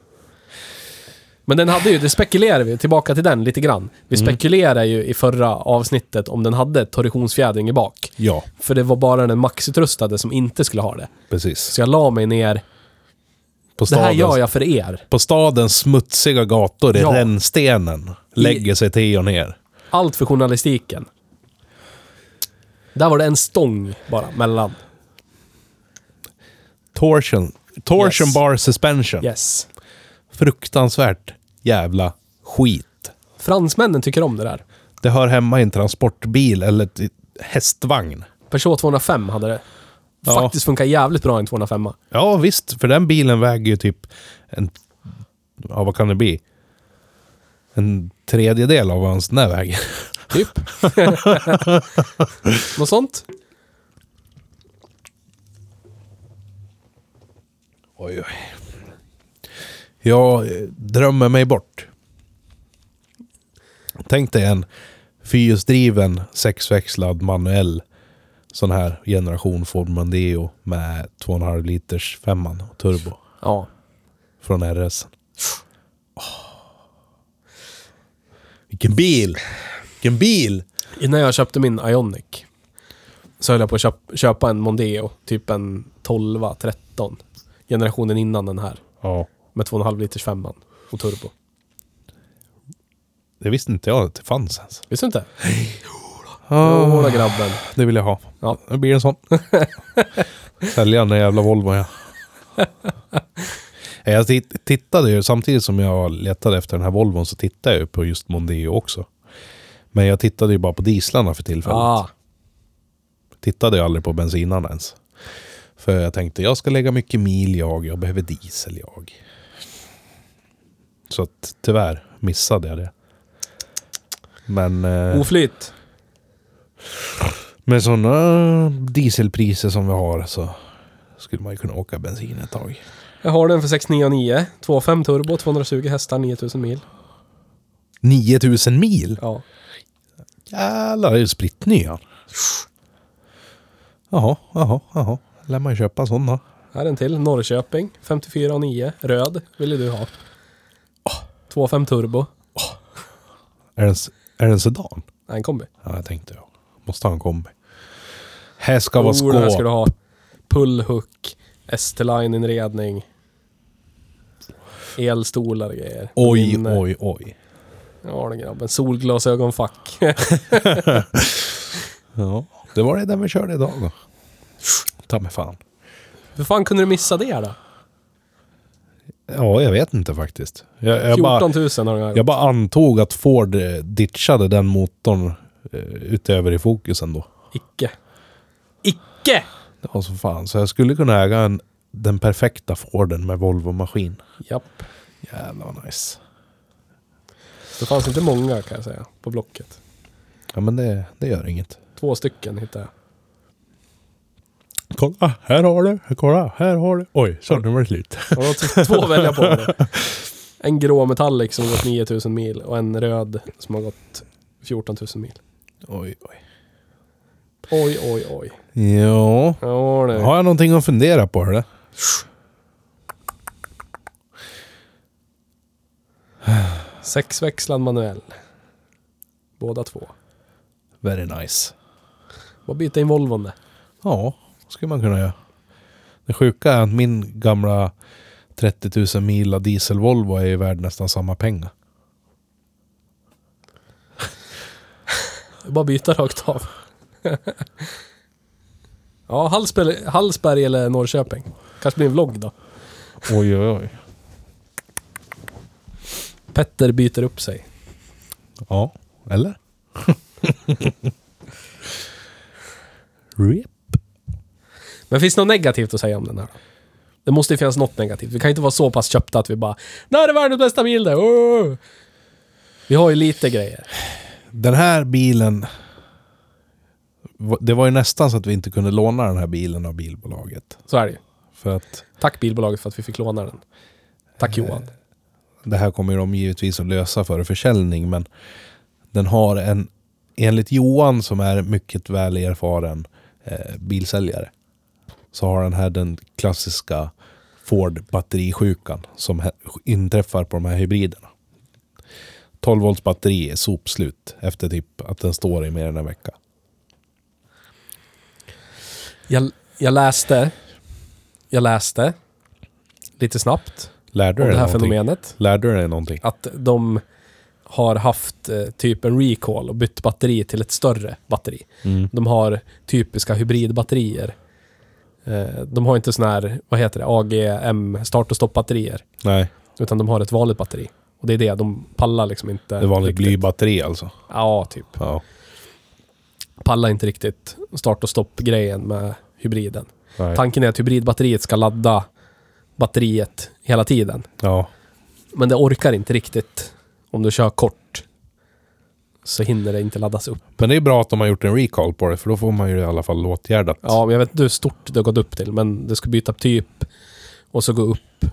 Speaker 2: Men den hade ju, det spekulerar vi, tillbaka till den lite grann. Vi
Speaker 1: Mm.
Speaker 2: spekulerar ju i förra avsnittet om den hade torsionsfjädring i bak.
Speaker 1: Ja,
Speaker 2: För det var bara den maxutrustade som inte skulle ha det.
Speaker 1: precis.
Speaker 2: Så jag la mig ner.
Speaker 1: På
Speaker 2: Det här
Speaker 1: stadens,
Speaker 2: gör jag för er.
Speaker 1: på stadens smutsiga gator i
Speaker 2: Ja.
Speaker 1: rännstenen lägger sig Theo ner.
Speaker 2: Allt för journalistiken. Där var det en stång bara mellan.
Speaker 1: Torsion. Torsion
Speaker 2: Yes.
Speaker 1: bar suspension.
Speaker 2: Yes.
Speaker 1: Fruktansvärt jävla skit.
Speaker 2: Fransmännen tycker om det där.
Speaker 1: Det hör hemma i en transportbil eller ett- i hästvagn.
Speaker 2: Peugeot 205 hade det.
Speaker 1: Ja.
Speaker 2: Faktiskt funkar jävligt bra i en 205.
Speaker 1: Ja, visst. För den bilen väger ju typ en... Ja, vad kan det bli? En tredjedel av vad en sån där väger.
Speaker 2: Typ. Något sånt.
Speaker 1: Oj, oj. Jag eh, drömmer mig bort. Tänk dig en fyrhjulsdriven, sexväxlad, manuell sån här generation Ford Mondeo med 2,5 liters femman och turbo
Speaker 2: Ja.
Speaker 1: från RS. Åh. Vilken bil! Vilken bil!
Speaker 2: Innan jag köpte min Ionic så höll jag på att köp, köpa en Mondeo, typ en 12, 13. Generationen innan den här.
Speaker 1: Ja,
Speaker 2: Med 2,5 liters femman och turbo.
Speaker 1: det visste inte jag att det fanns ens.
Speaker 2: Visste du inte? Jodå oh. grabben.
Speaker 1: Det vill jag ha.
Speaker 2: Ja.
Speaker 1: Det blir en sån. [LAUGHS] Sälja den där jävla Volvon [LAUGHS] ja. Eh, Jag tit- tittade ju, samtidigt som jag letade efter den här Volvon så tittade jag ju på just Mondeo också. Men jag tittade ju bara på dieslarna för tillfället.
Speaker 2: Ah,
Speaker 1: Tittade ju aldrig på bensinarna ens. För jag tänkte, jag ska lägga mycket mil jag, jag behöver diesel jag. Så att, tyvärr missade jag det. Men... eh,
Speaker 2: oflyt.
Speaker 1: Med sådana dieselpriser som vi har så skulle man ju kunna åka bensin ett tag.
Speaker 2: Jag har den för 699. 2,5 turbo, 220 hästar, 9000 mil.
Speaker 1: 9000 mil?
Speaker 2: Ja.
Speaker 1: Jävlar, det är ju sprittnyan. Jaha, jaha, jaha. Lär man ju köpa sådana.
Speaker 2: Här är en till. Norrköping. 54,9. Röd ville du ha. 2,5 turbo.
Speaker 1: Är det en, s- är det en sedan?
Speaker 2: Nej, en kombi.
Speaker 1: Ja, jag tänkte jag. Måste ha en kombi. Här ska vara
Speaker 2: Oh, den här ska du
Speaker 1: skåp.
Speaker 2: ha. Pullhook, ST-line-inredning. Elstolar och grejer.
Speaker 1: Oj,
Speaker 2: Min, eh,
Speaker 1: oj, oj.
Speaker 2: Ja den grabben. Solglasögonfack. [LAUGHS]
Speaker 1: Ja, det var det där vi körde idag då. Ta mig fan.
Speaker 2: Hur fan kunde du missa det då?
Speaker 1: Ja, jag vet inte faktiskt. Jag, jag bara...
Speaker 2: 14 000 har den här.
Speaker 1: Jag bara antog att Ford eh, ditchade den motorn eh, utöver i fokus ändå.
Speaker 2: Icke. Icke!
Speaker 1: Det var så fan. Så jag skulle kunna äga en, den perfekta Forden med Volvo-maskin.
Speaker 2: Japp.
Speaker 1: Jävlar vad nice.
Speaker 2: Det fanns inte många kan jag säga på Blocket.
Speaker 1: Ja men det, det gör inget.
Speaker 2: Två stycken hittade jag.
Speaker 1: Kolla, här har du. Kolla, här har du. Oj, så nu var det slut.
Speaker 2: Jag har
Speaker 1: [LAUGHS]
Speaker 2: t- två att välja på. nu. En grå metallic som har gått 9000 mil och en röd som har gått 14 000 mil.
Speaker 1: Oj, oj.
Speaker 2: Oj, oj, oj.
Speaker 1: Ja.
Speaker 2: Ja, du.
Speaker 1: Har jag någonting att fundera på eller?
Speaker 2: Sexväxlad manuell. Båda två.
Speaker 1: Very nice.
Speaker 2: Bara byta in Volvon det.
Speaker 1: Ja, vad skulle man kunna göra. Det sjuka är att min gamla 30 000 mila diesel-Volvo är ju värd nästan samma pengar.
Speaker 2: Bara byta rakt av. [LAUGHS] ja, Hallsberg, Hallsberg eller Norrköping. Kanske blir en vlogg då.
Speaker 1: Oj, oj, oj.
Speaker 2: Petter byter upp sig.
Speaker 1: Ja, eller? [LAUGHS] RIP.
Speaker 2: Men finns det något negativt att säga om den här? Det måste ju finnas något negativt. Vi kan ju inte vara så pass köpta att vi bara Det här är världens bästa bil det! Åh!" Vi har ju lite grejer.
Speaker 1: Den här bilen... Det var ju nästan så att vi inte kunde låna den här bilen av bilbolaget.
Speaker 2: Så är det ju.
Speaker 1: För att
Speaker 2: Tack bilbolaget för att vi fick låna den. Tack Johan.
Speaker 1: det här kommer ju de givetvis att lösa före försäljning, men den har en, enligt Johan som är mycket väl erfaren eh, bilsäljare, så har den här den klassiska Ford batterisjukan som he- inträffar på de här hybriderna. 12 volts batteri är sopslut efter typ att den står i mer än en vecka.
Speaker 2: Jag, jag läste, jag läste lite snabbt
Speaker 1: Lärde
Speaker 2: om
Speaker 1: du
Speaker 2: det
Speaker 1: dig
Speaker 2: här
Speaker 1: någonting?
Speaker 2: fenomenet.
Speaker 1: Lärde du dig någonting?
Speaker 2: Att de har haft eh, typ en recall och bytt batteri till ett större batteri.
Speaker 1: Mm.
Speaker 2: De har typiska hybridbatterier. Eh, De har inte sån här, vad heter det, AGM, start och stoppbatterier.
Speaker 1: Nej,
Speaker 2: Utan de har ett vanligt batteri. Och det är det, de pallar liksom inte.
Speaker 1: det var ett
Speaker 2: riktigt.
Speaker 1: blybatteri alltså.
Speaker 2: Ja, typ.
Speaker 1: Ja.
Speaker 2: Pallar inte riktigt start och stopp-grejen med hybriden.
Speaker 1: Nej.
Speaker 2: Tanken är att hybridbatteriet ska ladda batteriet hela tiden.
Speaker 1: Ja.
Speaker 2: Men det orkar inte riktigt. Om du kör kort så hinner det inte laddas upp.
Speaker 1: Men det är bra att de har gjort en recall på det, för då får man ju i alla fall åtgärdat.
Speaker 2: Ja, men jag vet inte hur stort det har gått upp till, men det ska byta typ och så gå upp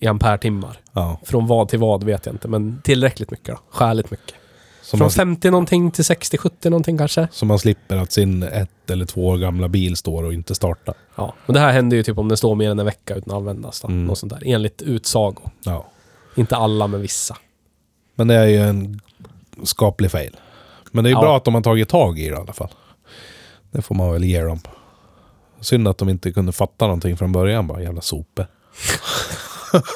Speaker 2: i ampere timmar.
Speaker 1: Ja.
Speaker 2: Från vad till vad vet jag inte, men tillräckligt mycket då. Skäligt mycket.
Speaker 1: Så,
Speaker 2: Från
Speaker 1: man,
Speaker 2: 50 någonting till 60-70 någonting kanske.
Speaker 1: så man slipper att sin ett eller två år gamla bil står och inte startar.
Speaker 2: Ja, men det här händer ju typ om den står mer än en vecka utan att användas. Då.
Speaker 1: Mm.
Speaker 2: Något sånt där. Enligt utsago.
Speaker 1: Ja.
Speaker 2: Inte alla, men vissa.
Speaker 1: Men det är ju en skaplig fail. Men det är
Speaker 2: Ja.
Speaker 1: bra att de har tagit tag i det i alla fall. Det får man väl ge dem. Synd att de inte kunde fatta någonting från början bara. Jävla sope.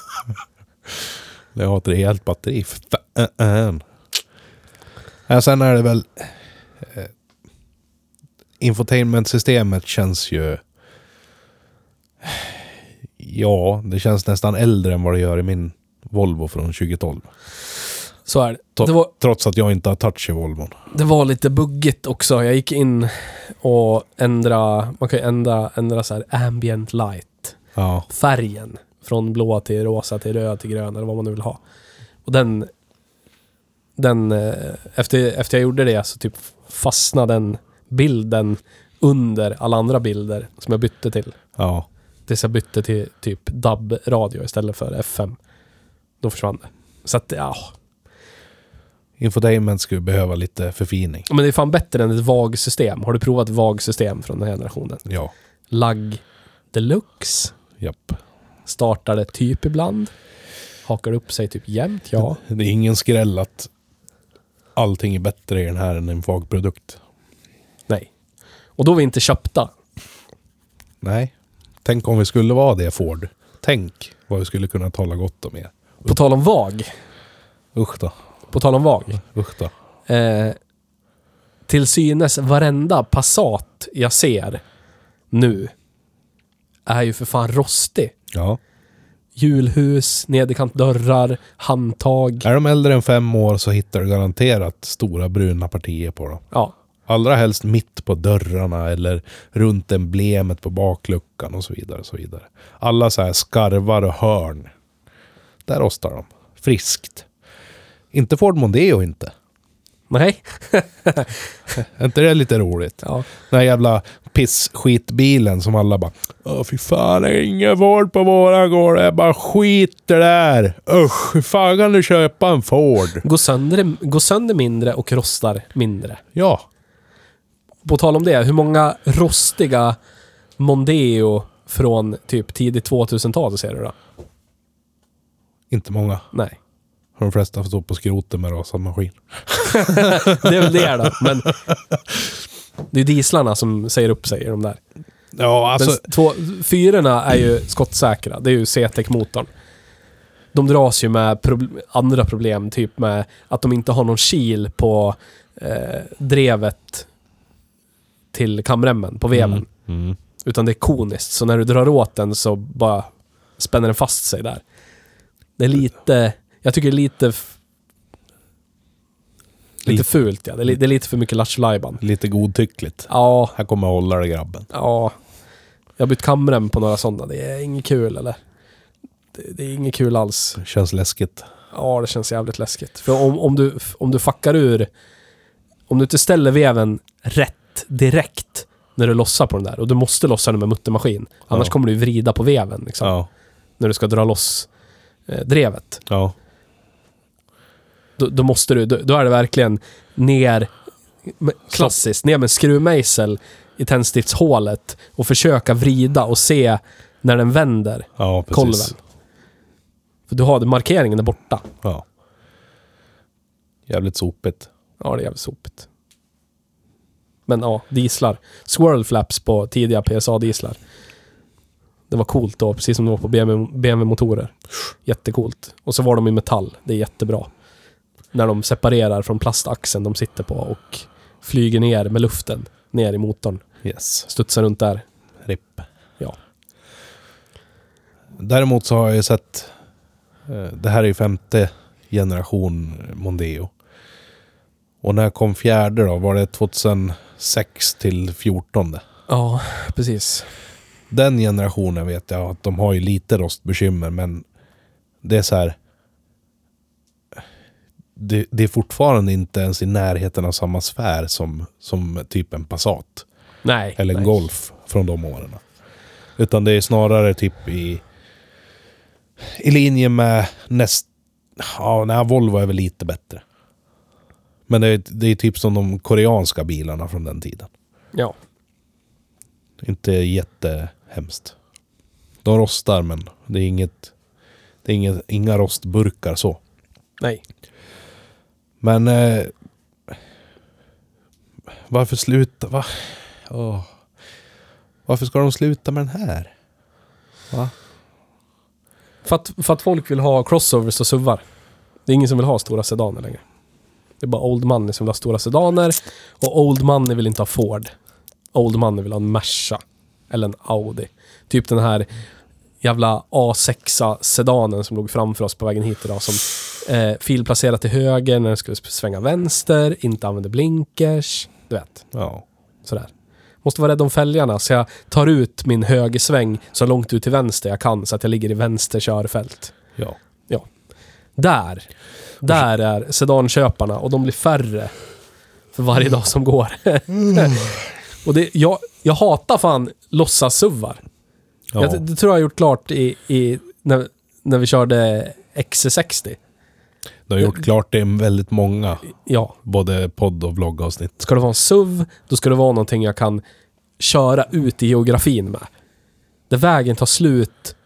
Speaker 1: [LAUGHS] Jag har ett rejält batteri. för fan. Ja, sen är det väl... Eh, infotainmentsystemet känns ju... Ja, det känns nästan äldre än vad det gör i min Volvo från 2012.
Speaker 2: Så är det.
Speaker 1: To-
Speaker 2: Det var,
Speaker 1: Trots att jag inte har touch i Volvon.
Speaker 2: det var lite buggigt också. Jag gick in och ändra, man kan ju ändra, ändra så här ambient light.
Speaker 1: Ja.
Speaker 2: Färgen. Från blåa till rosa till röd till grön eller vad man nu vill ha. Och den, den eh, efter, efter jag gjorde det så typ fastnade den bilden under alla andra bilder som jag bytte till.
Speaker 1: Ja.
Speaker 2: Tills jag bytte till typ DAB-radio istället för FM. Då försvann det. Så att, ja.
Speaker 1: Infotainment skulle behöva lite förfining.
Speaker 2: Men det är fan bättre än ett VAG-system. Har du provat VAG-system från den här generationen?
Speaker 1: Ja.
Speaker 2: Lagg deluxe.
Speaker 1: Japp.
Speaker 2: Startar det typ ibland. Hakar upp sig typ jämt, ja.
Speaker 1: Det är ingen skräll att allting är bättre i den här än en VAG-produkt.
Speaker 2: Nej. Och då är vi inte köpta.
Speaker 1: Nej. Tänk om vi skulle vara det Ford. Tänk vad vi skulle kunna tala gott om er.
Speaker 2: På tal om VAG.
Speaker 1: Usch då.
Speaker 2: På tal om VAG.
Speaker 1: Usch då.
Speaker 2: Eh, till synes varenda Passat jag ser nu är ju för fan rostig.
Speaker 1: Ja.
Speaker 2: julhus, nederkant dörrar, handtag.
Speaker 1: Är de äldre än fem år så hittar du garanterat stora bruna partier på dem.
Speaker 2: Ja,
Speaker 1: Allra helst mitt på dörrarna eller runt emblemet på bakluckan och så vidare. Och så vidare. Alla så här skarvar och hörn. Där rostar de. Friskt. Inte Ford Mondeo inte.
Speaker 2: nej.
Speaker 1: Är inte det lite roligt?
Speaker 2: Ja.
Speaker 1: Den här jävla pissskitbilen som alla bara Åh fy fan, det är ingen Ford på våran gård. Det är bara skit det där. Usch, hur fan kan du köpa en Ford?
Speaker 2: Går, sönder, går sönder mindre och rostar mindre.
Speaker 1: Ja,
Speaker 2: På tal om det, hur många rostiga Mondeo från typ tidigt 2000-tal ser du då?
Speaker 1: inte många.
Speaker 2: Nej,
Speaker 1: De flesta får stå på skroten med rasad maskin.
Speaker 2: det är väl det då, men det är dieslarna som säger upp sig i de där.
Speaker 1: Ja, alltså.
Speaker 2: Men två, fyrorna är ju skottsäkra. Det är ju CTEC-motorn. De dras ju med proble- andra problem, typ med att de inte har någon kil på eh, drevet till kamremmen, på veven.
Speaker 1: Mm. Mm.
Speaker 2: Utan det är koniskt, så när du drar åt den så bara spänner den fast sig där. Det är lite, jag tycker det är lite... f- Lite
Speaker 1: Lite-
Speaker 2: fult ja, det är, li- det är lite för mycket lattjo lajban.
Speaker 1: Lite godtyckligt.
Speaker 2: Ja,
Speaker 1: Här kommer hålla det grabben.
Speaker 2: Ja. Jag har bytt kameran på några sådana. Det är inget kul eller? Det, det är inget kul alls.
Speaker 1: Känns läskigt.
Speaker 2: Ja, det känns jävligt läskigt. För om, om, du, om du fuckar ur... Om du inte ställer veven rätt direkt när du lossar på den där. Och du måste lossa den med muttermaskin. Annars
Speaker 1: Ja.
Speaker 2: kommer du vrida på veven liksom,
Speaker 1: Ja.
Speaker 2: när du ska dra loss eh, drevet.
Speaker 1: ja.
Speaker 2: Då, då måste du... Då, då är det verkligen ner... med- Klassiskt, ner med en skruvmejsel i tändstiftshålet och försöka vrida och se när den vänder
Speaker 1: Ja, precis.
Speaker 2: kolven. För du har det, markeringen är borta.
Speaker 1: Ja. Jävligt sopigt.
Speaker 2: Ja, det är jävligt sopigt. Men ja, dieslar. Swirl flaps på tidiga PSA-dieslar. Det var coolt då, precis som det var på BMW-motorer. Jättecoolt. Och så var de i metall. Det är jättebra. När de separerar från plastaxeln de sitter på och flyger ner med luften ner i motorn.
Speaker 1: Yes.
Speaker 2: Studsar runt där.
Speaker 1: RIP.
Speaker 2: Ja.
Speaker 1: Däremot så har jag ju sett... eh, Det här är ju femte generation Mondeo. Och när kom fjärde då? Var det 2006 till 14?
Speaker 2: Ja, precis.
Speaker 1: Den generationen vet jag att de har ju lite rostbekymmer, men det är så här... Det, det är fortfarande inte ens i närheten av samma sfär som, som typ en Passat.
Speaker 2: Nej.
Speaker 1: Eller en
Speaker 2: nej.
Speaker 1: Golf från de åren. Utan det är snarare typ i, i linje med näst... Ja, nej, Volvo är väl lite bättre. Men det är, det är typ som de koreanska bilarna från den tiden.
Speaker 2: Ja.
Speaker 1: Inte jättehemskt. De rostar, men det är inget... Det är inget, inga rostburkar så.
Speaker 2: Nej.
Speaker 1: Men... Eh, varför sluta? Va? Åh. Varför ska de sluta med den här? Va?
Speaker 2: För att, för att folk vill ha crossovers och suvar. Det är ingen som vill ha stora sedaner längre. Det är bara old money som vill ha stora sedaner. Och old money vill inte ha Ford. Old money vill ha en Merca. Eller en Audi. Typ den här jävla A6 sedanen som låg framför oss på vägen hit idag. Som eh, filplacerat till höger när den skulle svänga vänster. Inte använde blinkers. Du vet,
Speaker 1: Ja.
Speaker 2: sådär. Måste vara rädd om fälgarna, så jag tar ut min högersväng så långt ut till vänster jag kan, så att jag ligger i vänster körfält.
Speaker 1: Ja.
Speaker 2: Där. Där är sedanköparna och de blir färre för varje dag som går. [LAUGHS] och det, jag, jag hatar fan låtsas-suvar.
Speaker 1: ja.
Speaker 2: Jag- Det tror jag har gjort klart i, i, när, när vi körde XC60.
Speaker 1: De har gjort klart det är väldigt många,
Speaker 2: Ja,
Speaker 1: både podd och vloggavsnitt.
Speaker 2: ska det vara en SUV, då ska det vara någonting jag kan köra ut i geografin med. Där vägen tar slut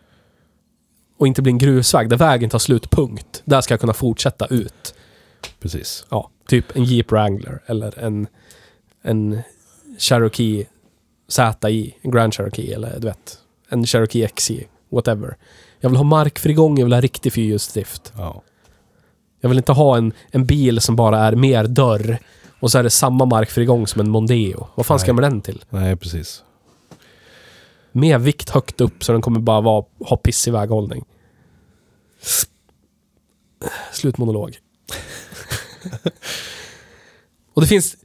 Speaker 2: och inte blir en grusväg. Där vägen tar slut, punkt. Där ska jag kunna fortsätta ut.
Speaker 1: Precis.
Speaker 2: ja, typ en Jeep Wrangler eller en, en Cherokee ZI, en Grand Cherokee eller du vet, en Cherokee XJ, whatever. Jag vill ha markfrigång, jag vill ha riktig fyrhjulsdrift.
Speaker 1: Ja.
Speaker 2: Jag vill inte ha en, en bil som bara är mer dörr och så är det samma markfrigång som en Mondeo. Vad fan ska jag med den till?
Speaker 1: Nej, precis.
Speaker 2: Mer vikt högt upp så den kommer bara vara, ha pissig väghållning. Slutmonolog. Och det finns...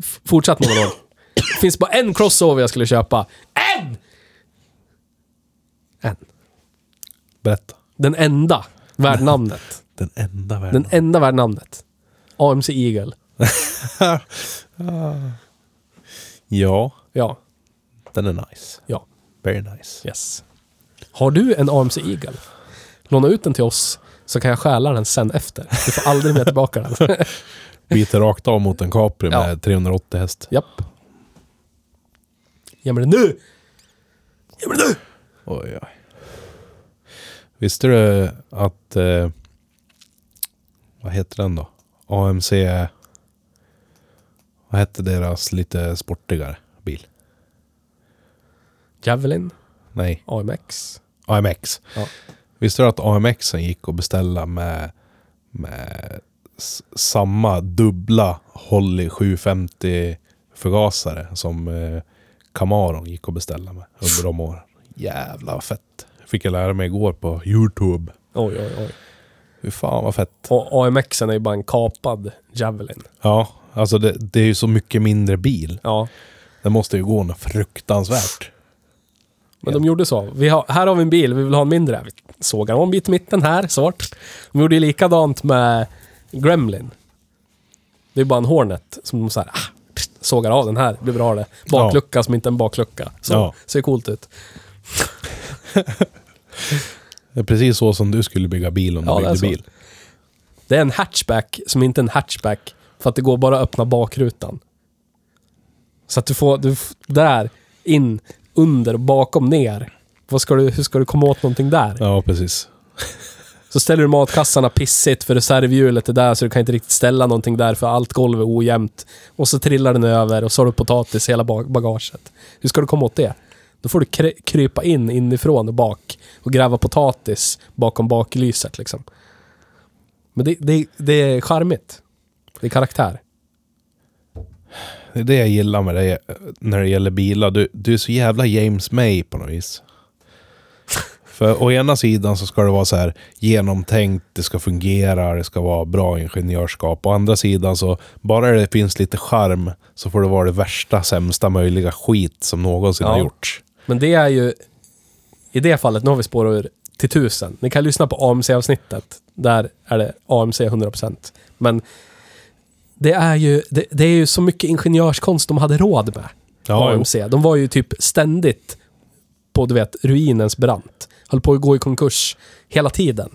Speaker 2: f- Fortsatt monolog. Det finns bara en crossover jag skulle köpa. En! En.
Speaker 1: Berätta.
Speaker 2: Den enda värd namnet.
Speaker 1: Den enda världen.
Speaker 2: Den enda värd namnet. AMC Eagle.
Speaker 1: e- ja,
Speaker 2: Ja.
Speaker 1: den är nice.
Speaker 2: Ja.
Speaker 1: Very nice.
Speaker 2: Yes. Har du en AMC Eagle? Låna ut den till oss så kan jag stjäla den sen efter. Du får aldrig mer tillbaka den.
Speaker 1: Biter rakt av mot en Capri
Speaker 2: Ja.
Speaker 1: med 380 häst.
Speaker 2: Japp. Ge mig den nu! Ge mig den nu!
Speaker 1: Oj, oj. Visste du att... Eh, vad heter den då? AMC... är- Vad hette deras lite sportigare bil?
Speaker 2: Javelin,
Speaker 1: Nej,
Speaker 2: AMX.
Speaker 1: AMX.
Speaker 2: Ja.
Speaker 1: Visste du att AMXen gick att beställa med, med s- samma dubbla Holly 750 förgasare som eh, Camaron gick att beställa med under de åren. Jävla vad fett. Fick jag lära mig igår på Youtube.
Speaker 2: Oj, oj, oj.
Speaker 1: Fy fan vad fett.
Speaker 2: Och AMXen är ju bara en kapad Javelin.
Speaker 1: Ja, alltså det, det är ju så mycket mindre bil.
Speaker 2: Ja.
Speaker 1: Den måste ju gå något fruktansvärt.
Speaker 2: Men de gjorde så. Vi har, här har vi en bil, vi vill ha en mindre. Vi sågar om bit i mitten här, svart. De gjorde ju likadant med Gremlin. Det är bara en Hornet som de så här, ah, pst, sågar av den här, blir bra det. Baklucka som inte är en baklucka. Så,
Speaker 1: Ja.
Speaker 2: ser coolt ut.
Speaker 1: Det är precis så som du skulle bygga bil om du
Speaker 2: Ja, det är
Speaker 1: byggde
Speaker 2: så.
Speaker 1: bil.
Speaker 2: Det är en hatchback som inte är en hatchback. För att det går bara att öppna bakrutan. Så att du får, du f- där, in, under, bakom, ner. Vad ska du, hur ska du komma åt någonting där?
Speaker 1: Ja, precis.
Speaker 2: Så ställer du matkassarna pissigt för reservhjulet är där så du kan inte riktigt ställa någonting där för allt golv är ojämnt. Och så trillar den över och så har du potatis i hela ba- bagaget. Hur ska du komma åt det? Då får du kry- krypa in inifrån och bak och gräva potatis bakom baklyset liksom. Men det, det, det är charmigt. Det är karaktär.
Speaker 1: Det är det jag gillar med dig när det gäller bilar. Du, du är så jävla James May på något vis. För å ena sidan så ska det vara så här genomtänkt, det ska fungera, det ska vara bra ingenjörskap. Å andra sidan så, bara det finns lite charm så får det vara det värsta, sämsta möjliga skit som någonsin
Speaker 2: Ja.
Speaker 1: har gjorts.
Speaker 2: Men det är ju... I det fallet, nu har vi spårat ur till tusen. Ni kan lyssna på AMC-avsnittet. Där är det AMC 100%. Men det är ju, det, det är ju så mycket ingenjörskonst de hade råd med.
Speaker 1: Ja, jo.
Speaker 2: AMC. De var ju typ ständigt på, du vet, ruinens brant. Höll på att gå i konkurs hela tiden.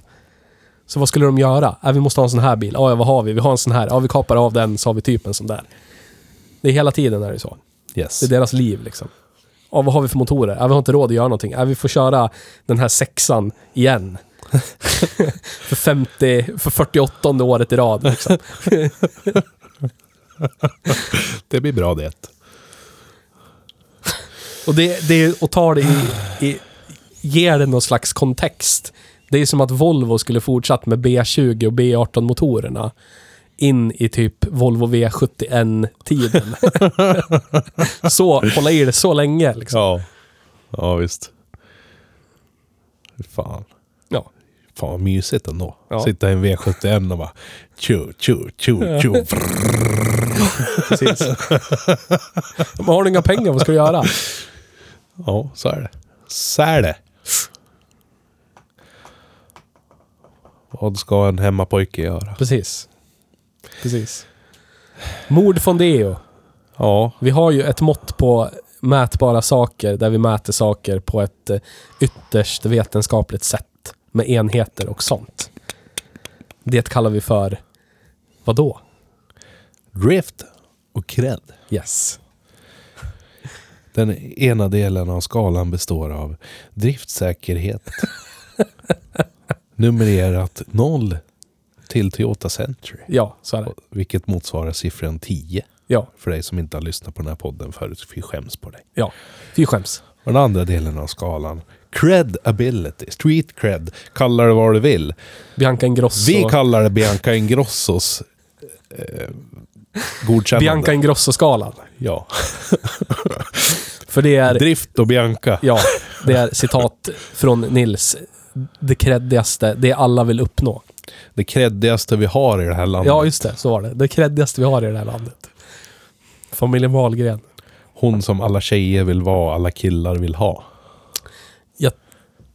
Speaker 2: Så vad skulle de göra? Äh, vi måste ha en sån här bil. Ja, ja, vad har vi? Vi har en sån här. Ja, vi kapar av den så har vi typ en sån där. Det är hela tiden är det så.
Speaker 1: Yes.
Speaker 2: Det är deras liv liksom. Ja, vad har vi för motorer? Ja, vi har inte råd att göra någonting. Ja, vi får köra den här sexan igen. [LAUGHS] för, 50, för 48 året i rad. Liksom.
Speaker 1: det blir bra det.
Speaker 2: Och, det, det, och tar det i, i... Ger det någon slags kontext. Det är som att Volvo skulle fortsatt med B20 och B18-motorerna in i typ Volvo V71-tiden. [LAUGHS] så, hålla i det så länge liksom.
Speaker 1: Ja. ja, visst. Fan.
Speaker 2: Ja.
Speaker 1: Fan vad mysigt ändå.
Speaker 2: Ja.
Speaker 1: Sitta i en V71 och bara tjo, tjo, tjo, tjo.
Speaker 2: Precis. Men har du inga pengar, vad ska du göra?
Speaker 1: Ja, så är det. Så är det. Vad ska en hemmapojke göra?
Speaker 2: Precis. Precis. Mord från Deo.
Speaker 1: Ja,
Speaker 2: Vi har ju ett mått på mätbara saker där vi mäter saker på ett eh, ytterst vetenskapligt sätt med enheter och sånt. Det kallar vi för vadå?
Speaker 1: drift och cred.
Speaker 2: Yes.
Speaker 1: Den ena delen av skalan består av [LAUGHS] driftsäkerhet. numererat 0 till Toyota Century.
Speaker 2: Ja, så är det.
Speaker 1: Vilket motsvarar siffran 10.
Speaker 2: Ja,
Speaker 1: För dig som inte har lyssnat på den här podden förut, vi skäms på dig.
Speaker 2: ja. Fy skäms.
Speaker 1: Och den andra delen av skalan, cred-ability, street cred, kallar det vad du vill.
Speaker 2: Bianca Ingrosso.
Speaker 1: Vi kallar det Bianca Ingrossos eh, godkännande.
Speaker 2: Bianca Ingrosso-skalan.
Speaker 1: Ja.
Speaker 2: För det är...
Speaker 1: Drift och Bianca.
Speaker 2: Ja, det är citat från Nils. Det kreddigaste, det alla vill uppnå.
Speaker 1: Det creddigaste vi har i det här landet.
Speaker 2: Ja, just det. Så var det. Det kreddigaste vi har i det här landet. Familjen Wahlgren.
Speaker 1: Hon som alla tjejer vill vara, alla killar vill ha.
Speaker 2: Jag,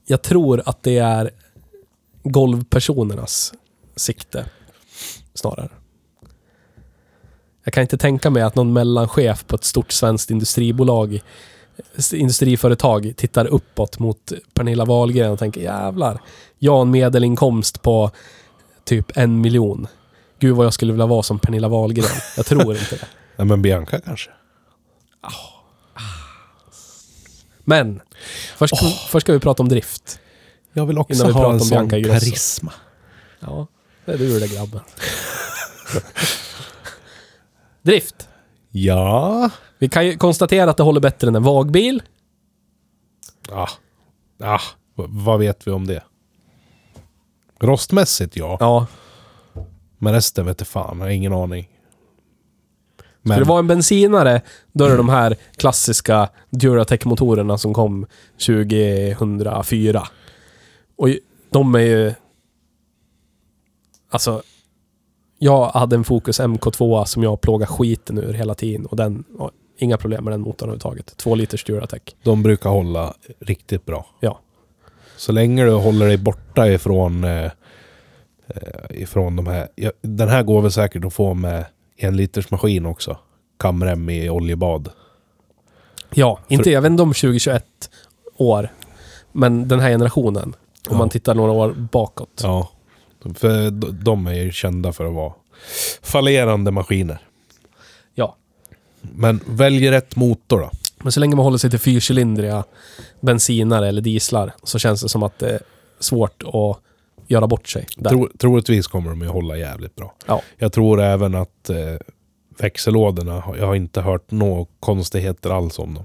Speaker 2: jag tror att det är golvpersonernas sikte. Snarare. Jag kan inte tänka mig att någon mellanchef på ett stort svenskt industribolag industriföretag tittar uppåt mot Pernilla Wahlgren och tänker jävlar, jag har en medelinkomst på typ en miljon. Gud vad jag skulle vilja vara som Pernilla Wahlgren. Jag tror inte det.
Speaker 1: Nej, men Bianca kanske.
Speaker 2: Men, först, först ska vi prata om drift.
Speaker 1: Jag vill också
Speaker 2: Innan vi pratar
Speaker 1: ha en
Speaker 2: om
Speaker 1: sån
Speaker 2: Bianca Ingrosso.
Speaker 1: karisma.
Speaker 2: Ja, det är du det grabben. [LAUGHS] drift.
Speaker 1: Ja.
Speaker 2: Vi kan ju konstatera att det håller bättre än en vagbil.
Speaker 1: Ah. Ah. V- Vad vet vi om det? Rostmässigt ja,
Speaker 2: Ja. men
Speaker 1: men resten vet jag fan. Jag har ingen aning.
Speaker 2: Skulle
Speaker 1: Men
Speaker 2: det vara en bensinare, då är det de här klassiska Duratec-motorerna som kom 2004. Och ju- de är ju... Alltså... Jag hade en Focus MK2 som jag plågade skiten ur hela tiden och den... ja, Inga problem med den motorn överhuvudtaget. Två liters Duratec.
Speaker 1: de brukar hålla riktigt bra.
Speaker 2: Ja.
Speaker 1: Så länge du håller dig borta ifrån, eh, eh, ifrån de här. Ja, den här går väl säkert att få med en liters maskin också. Kamrem i oljebad.
Speaker 2: Ja, inte, jag vet inte om 2021 år, men den här generationen. Om
Speaker 1: Ja.
Speaker 2: man tittar några år bakåt.
Speaker 1: Ja. För d- de är ju kända för att vara fallerande maskiner.
Speaker 2: Ja.
Speaker 1: Men välj rätt motor då.
Speaker 2: Men så länge man håller sig till fyrcylindriga bensinare eller dieslar så känns det som att det är svårt att göra bort sig. Där.
Speaker 1: Tro, troligtvis kommer de ju hålla jävligt bra.
Speaker 2: Ja.
Speaker 1: Jag tror även att eh, växellådorna, jag har inte hört några konstigheter alls om dem.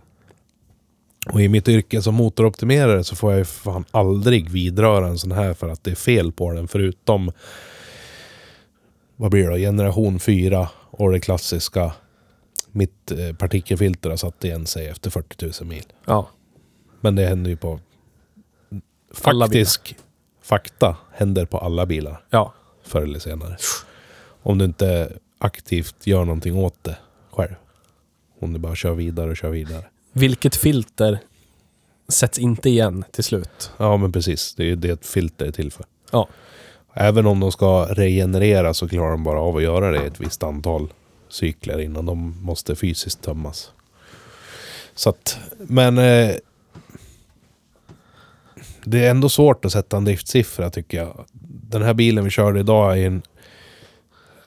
Speaker 1: Och i mitt yrke som motoroptimerare så får jag ju fan aldrig vidröra en sån här för att det är fel på den. Förutom, vad blir det då, generation 4 och det klassiska. Mitt eh, partikelfilter har satt igen sig efter 40 000 mil.
Speaker 2: ja.
Speaker 1: Men det händer ju på...
Speaker 2: Alla
Speaker 1: Faktisk fakta händer på alla bilar
Speaker 2: Ja.
Speaker 1: förr eller senare. Om du inte aktivt gör någonting åt det själv. Om du bara kör vidare och kör vidare.
Speaker 2: Vilket filter sätts inte igen till slut?
Speaker 1: Ja, men precis. Det är ju det ett filter är till för.
Speaker 2: Ja.
Speaker 1: Även om de ska regenerera så klarar de bara av att göra det i ett visst antal cykler innan de måste fysiskt tömmas. Så att, men... Eh, det är ändå svårt att sätta en driftsiffra tycker jag. Den här bilen vi körde idag är en...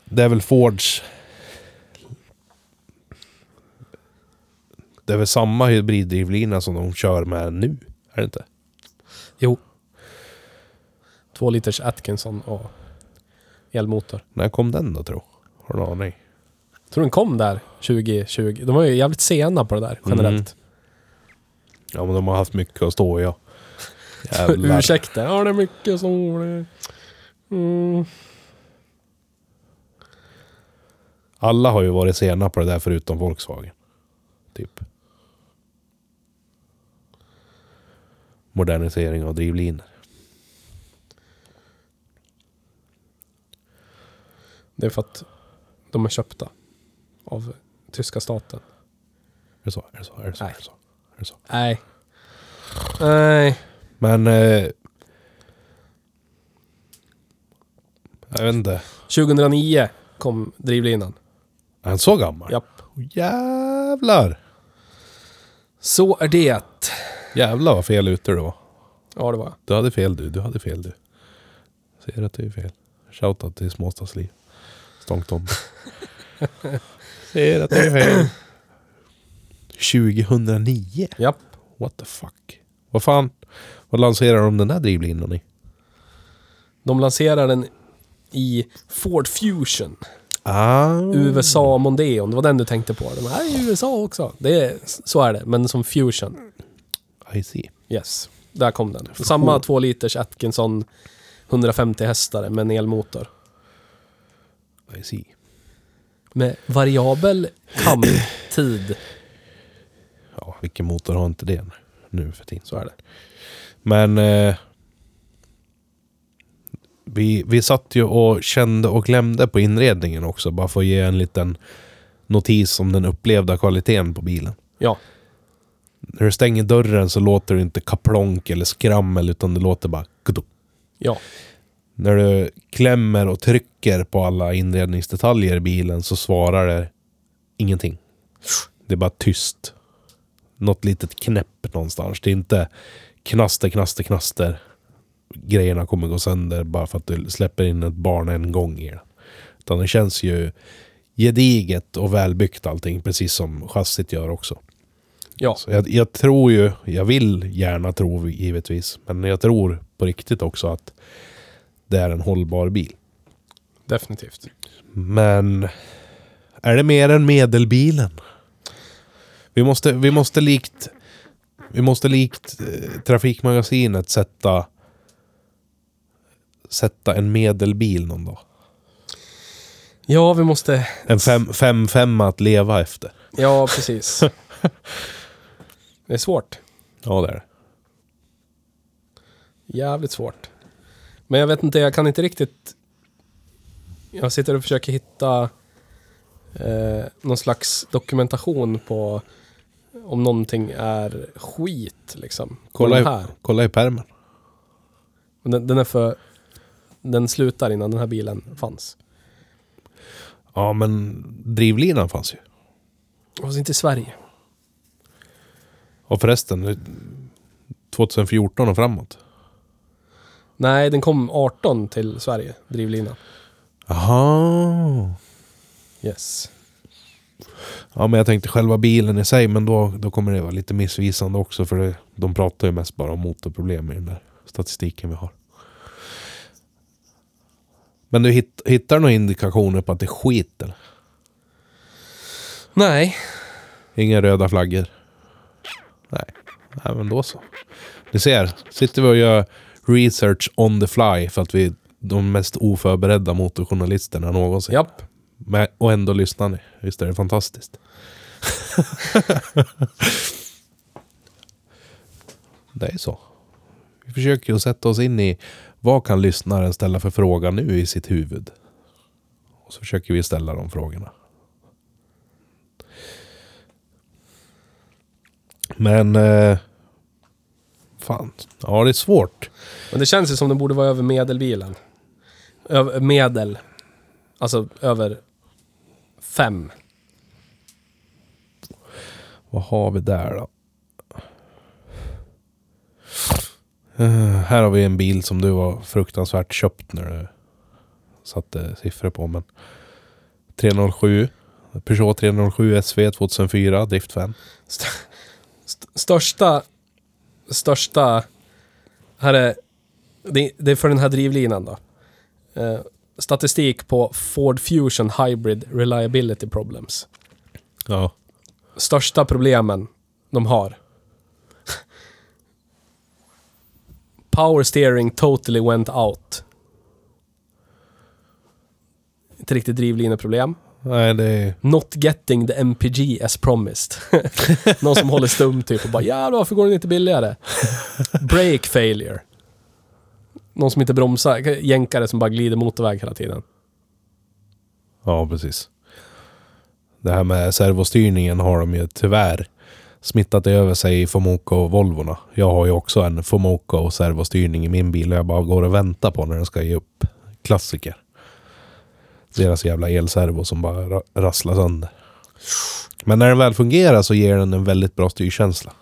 Speaker 1: Det är väl Fords... Det är väl samma hybriddrivlina som de kör med nu? Är det inte?
Speaker 2: Jo. Två liters Atkinson och elmotor.
Speaker 1: När kom den då tro? Har du någon aning?
Speaker 2: Tror den kom där 2020? De var ju jävligt sena på det där generellt.
Speaker 1: Ja men de har haft mycket att stå i ja. Jävlar.
Speaker 2: Ursäkta. Ja, det är mycket som... Mm.
Speaker 1: Alla har ju varit sena på det där förutom Volkswagen. Typ. Modernisering av drivlinor.
Speaker 2: Det är för att de är köpta av tyska staten.
Speaker 1: Är det så? Är det så? Är det så? Är
Speaker 2: Nej.
Speaker 1: det så? Är det så?
Speaker 2: Nej. Nej.
Speaker 1: Men... Eh, jag vet inte.
Speaker 2: 2009 kom drivlinan.
Speaker 1: Är han så gammal?
Speaker 2: Japp.
Speaker 1: Åh, Jävlar!
Speaker 2: Så är det.
Speaker 1: Jävlar vad fel ute du var.
Speaker 2: Ja, det var jag.
Speaker 1: Du hade fel du, du hade fel du. Ser att du är fel. Shoutout till Småstadsliv. Stångtomte. Ser att du är fel. 2009?
Speaker 2: Japp.
Speaker 1: What the fuck? Vad fan? Vad lanserar de den där drivlinan i?
Speaker 2: De lanserar den i Ford Fusion.
Speaker 1: Ah.
Speaker 2: Mm. USA Mondeon. Det var den du tänkte på. De här är i USA också. Det är, så är det, men som Fusion.
Speaker 1: I see.
Speaker 2: Yes. Där kom den. Samma två liters Atkinson 150 hästare med en elmotor.
Speaker 1: I see.
Speaker 2: Med variabel [CLEARS THROAT] kamptid.
Speaker 1: Ja, vilken motor har inte det nu för tiden?
Speaker 2: Så är det.
Speaker 1: Men... Eh, vi, vi satt ju och kände och glömde på inredningen också. Bara för att ge en liten notis om den upplevda kvaliteten på bilen.
Speaker 2: Ja.
Speaker 1: När du stänger dörren så låter det inte kaplonk eller skrammel utan det låter bara kuduck.
Speaker 2: Ja.
Speaker 1: När du klämmer och trycker på alla inredningsdetaljer i bilen så svarar det ingenting. Det är bara tyst. Något litet knäpp någonstans. Det är inte knaster, knaster, knaster. Grejerna kommer gå sönder bara för att du släpper in ett barn en gång i den. Utan det känns ju gediget och välbyggt allting, precis som chassit gör också. Så
Speaker 2: Ja.
Speaker 1: Alltså, jag, jag tror ju, jag vill gärna tro givetvis, men jag tror på riktigt också att det är en hållbar bil.
Speaker 2: Definitivt.
Speaker 1: Men är det mer än medelbilen? Vi måste, vi måste likt, vi måste likt eh, Trafikmagasinet sätta, sätta en medelbil någon dag.
Speaker 2: Ja, vi måste...
Speaker 1: En 5 fem, femma att leva efter.
Speaker 2: Ja, [LAUGHS] precis. Det är svårt.
Speaker 1: Ja, det är det.
Speaker 2: Jävligt svårt. Men jag vet inte, jag kan inte riktigt... Jag sitter och försöker hitta eh, någon slags dokumentation på om någonting är skit liksom.
Speaker 1: Kolla,
Speaker 2: den
Speaker 1: i,
Speaker 2: här.
Speaker 1: kolla i pärmen.
Speaker 2: Men Den, den är för... Den slutar innan den här bilen fanns.
Speaker 1: Ja, men drivlinan fanns ju.
Speaker 2: Fast inte i Sverige.
Speaker 1: Och förresten, 2014 och framåt.
Speaker 2: Nej, den kom 18 till Sverige, drivlina.
Speaker 1: Aha.
Speaker 2: Yes.
Speaker 1: Ja, men jag tänkte själva bilen i sig, men då, då kommer det vara lite missvisande också. För det, de pratar ju mest bara om motorproblem i den där statistiken vi har. Men du hitt, hittar du några indikationer på att det är skit eller?
Speaker 2: Nej.
Speaker 1: Inga röda flaggor? Nej. Nej, men då så. Ni ser, sitter vi och gör research on the fly för att vi är de mest oförberedda motorjournalisterna någonsin.
Speaker 2: Japp.
Speaker 1: Men, och ändå lyssnar ni. Visst är det fantastiskt? [LAUGHS] det är så. Vi försöker ju sätta oss in i vad kan lyssnaren ställa för fråga nu i sitt huvud? Och så försöker vi ställa de frågorna. Men... Eh, fan. Ja, det är svårt.
Speaker 2: Men det känns ju som den borde vara över medelbilen. Över medel. Alltså över fem.
Speaker 1: Vad har vi där då? Eh, här har vi en bil som du var fruktansvärt köpt när du satte siffror på. Men 307. Peugeot 307 SV 2004, drift 5.
Speaker 2: St- största... Största... Här är... Det, det är för den här drivlinan då. Eh, statistik på Ford Fusion Hybrid Reliability Problems.
Speaker 1: Ja.
Speaker 2: Största problemen de har. Power steering totally went out. Inte riktigt drivlineproblem.
Speaker 1: Nej, det är...
Speaker 2: Not getting the MPG as promised. [LAUGHS] Någon som håller stum typ och bara jävlar varför går den inte billigare? Brake failure. Någon som inte bromsar. Jänkare som bara glider motorväg hela tiden.
Speaker 1: Ja, precis. Det här med servostyrningen har de ju tyvärr smittat över sig i Fomoka och Volvorna. Jag har ju också en Fomoka och servostyrning i min bil och jag bara går och väntar på när den ska ge upp. Klassiker. Deras jävla elservo som bara ra- rasslar sönder. Men när den väl fungerar så ger den en väldigt bra styrkänsla.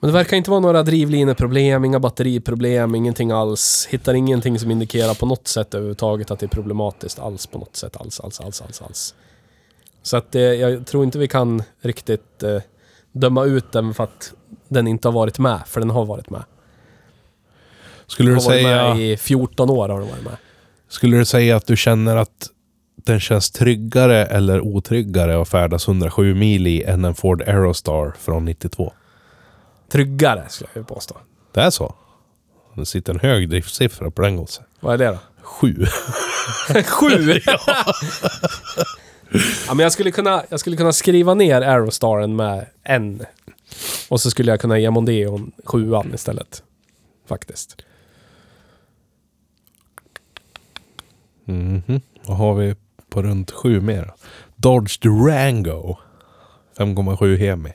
Speaker 2: Men det verkar inte vara några drivlineproblem, inga batteriproblem, ingenting alls. Hittar ingenting som indikerar på något sätt överhuvudtaget att det är problematiskt alls på något sätt. Alls, alls, alls, alls, alls. Så att eh, jag tror inte vi kan riktigt eh, döma ut den för att den inte har varit med, för den har varit med.
Speaker 1: Skulle du,
Speaker 2: har varit
Speaker 1: säga,
Speaker 2: med i 14 år har den varit med.
Speaker 1: skulle du säga att du känner att den känns tryggare eller otryggare att färdas 107 mil i än en Ford Aerostar från 92?
Speaker 2: Tryggare skulle jag ju påstå.
Speaker 1: Det är så? Det sitter en hög driftsiffra på den gossen.
Speaker 2: Vad är det då?
Speaker 1: Sju. [LAUGHS]
Speaker 2: Sju! ja. men jag skulle, kunna, jag skulle kunna skriva ner Aerostaren med en. Och så skulle jag kunna ge Mondeon sjuan istället. Faktiskt.
Speaker 1: Mhm. Vad har vi på runt sju mer då? Dodge Durango. 5,7 Hemi.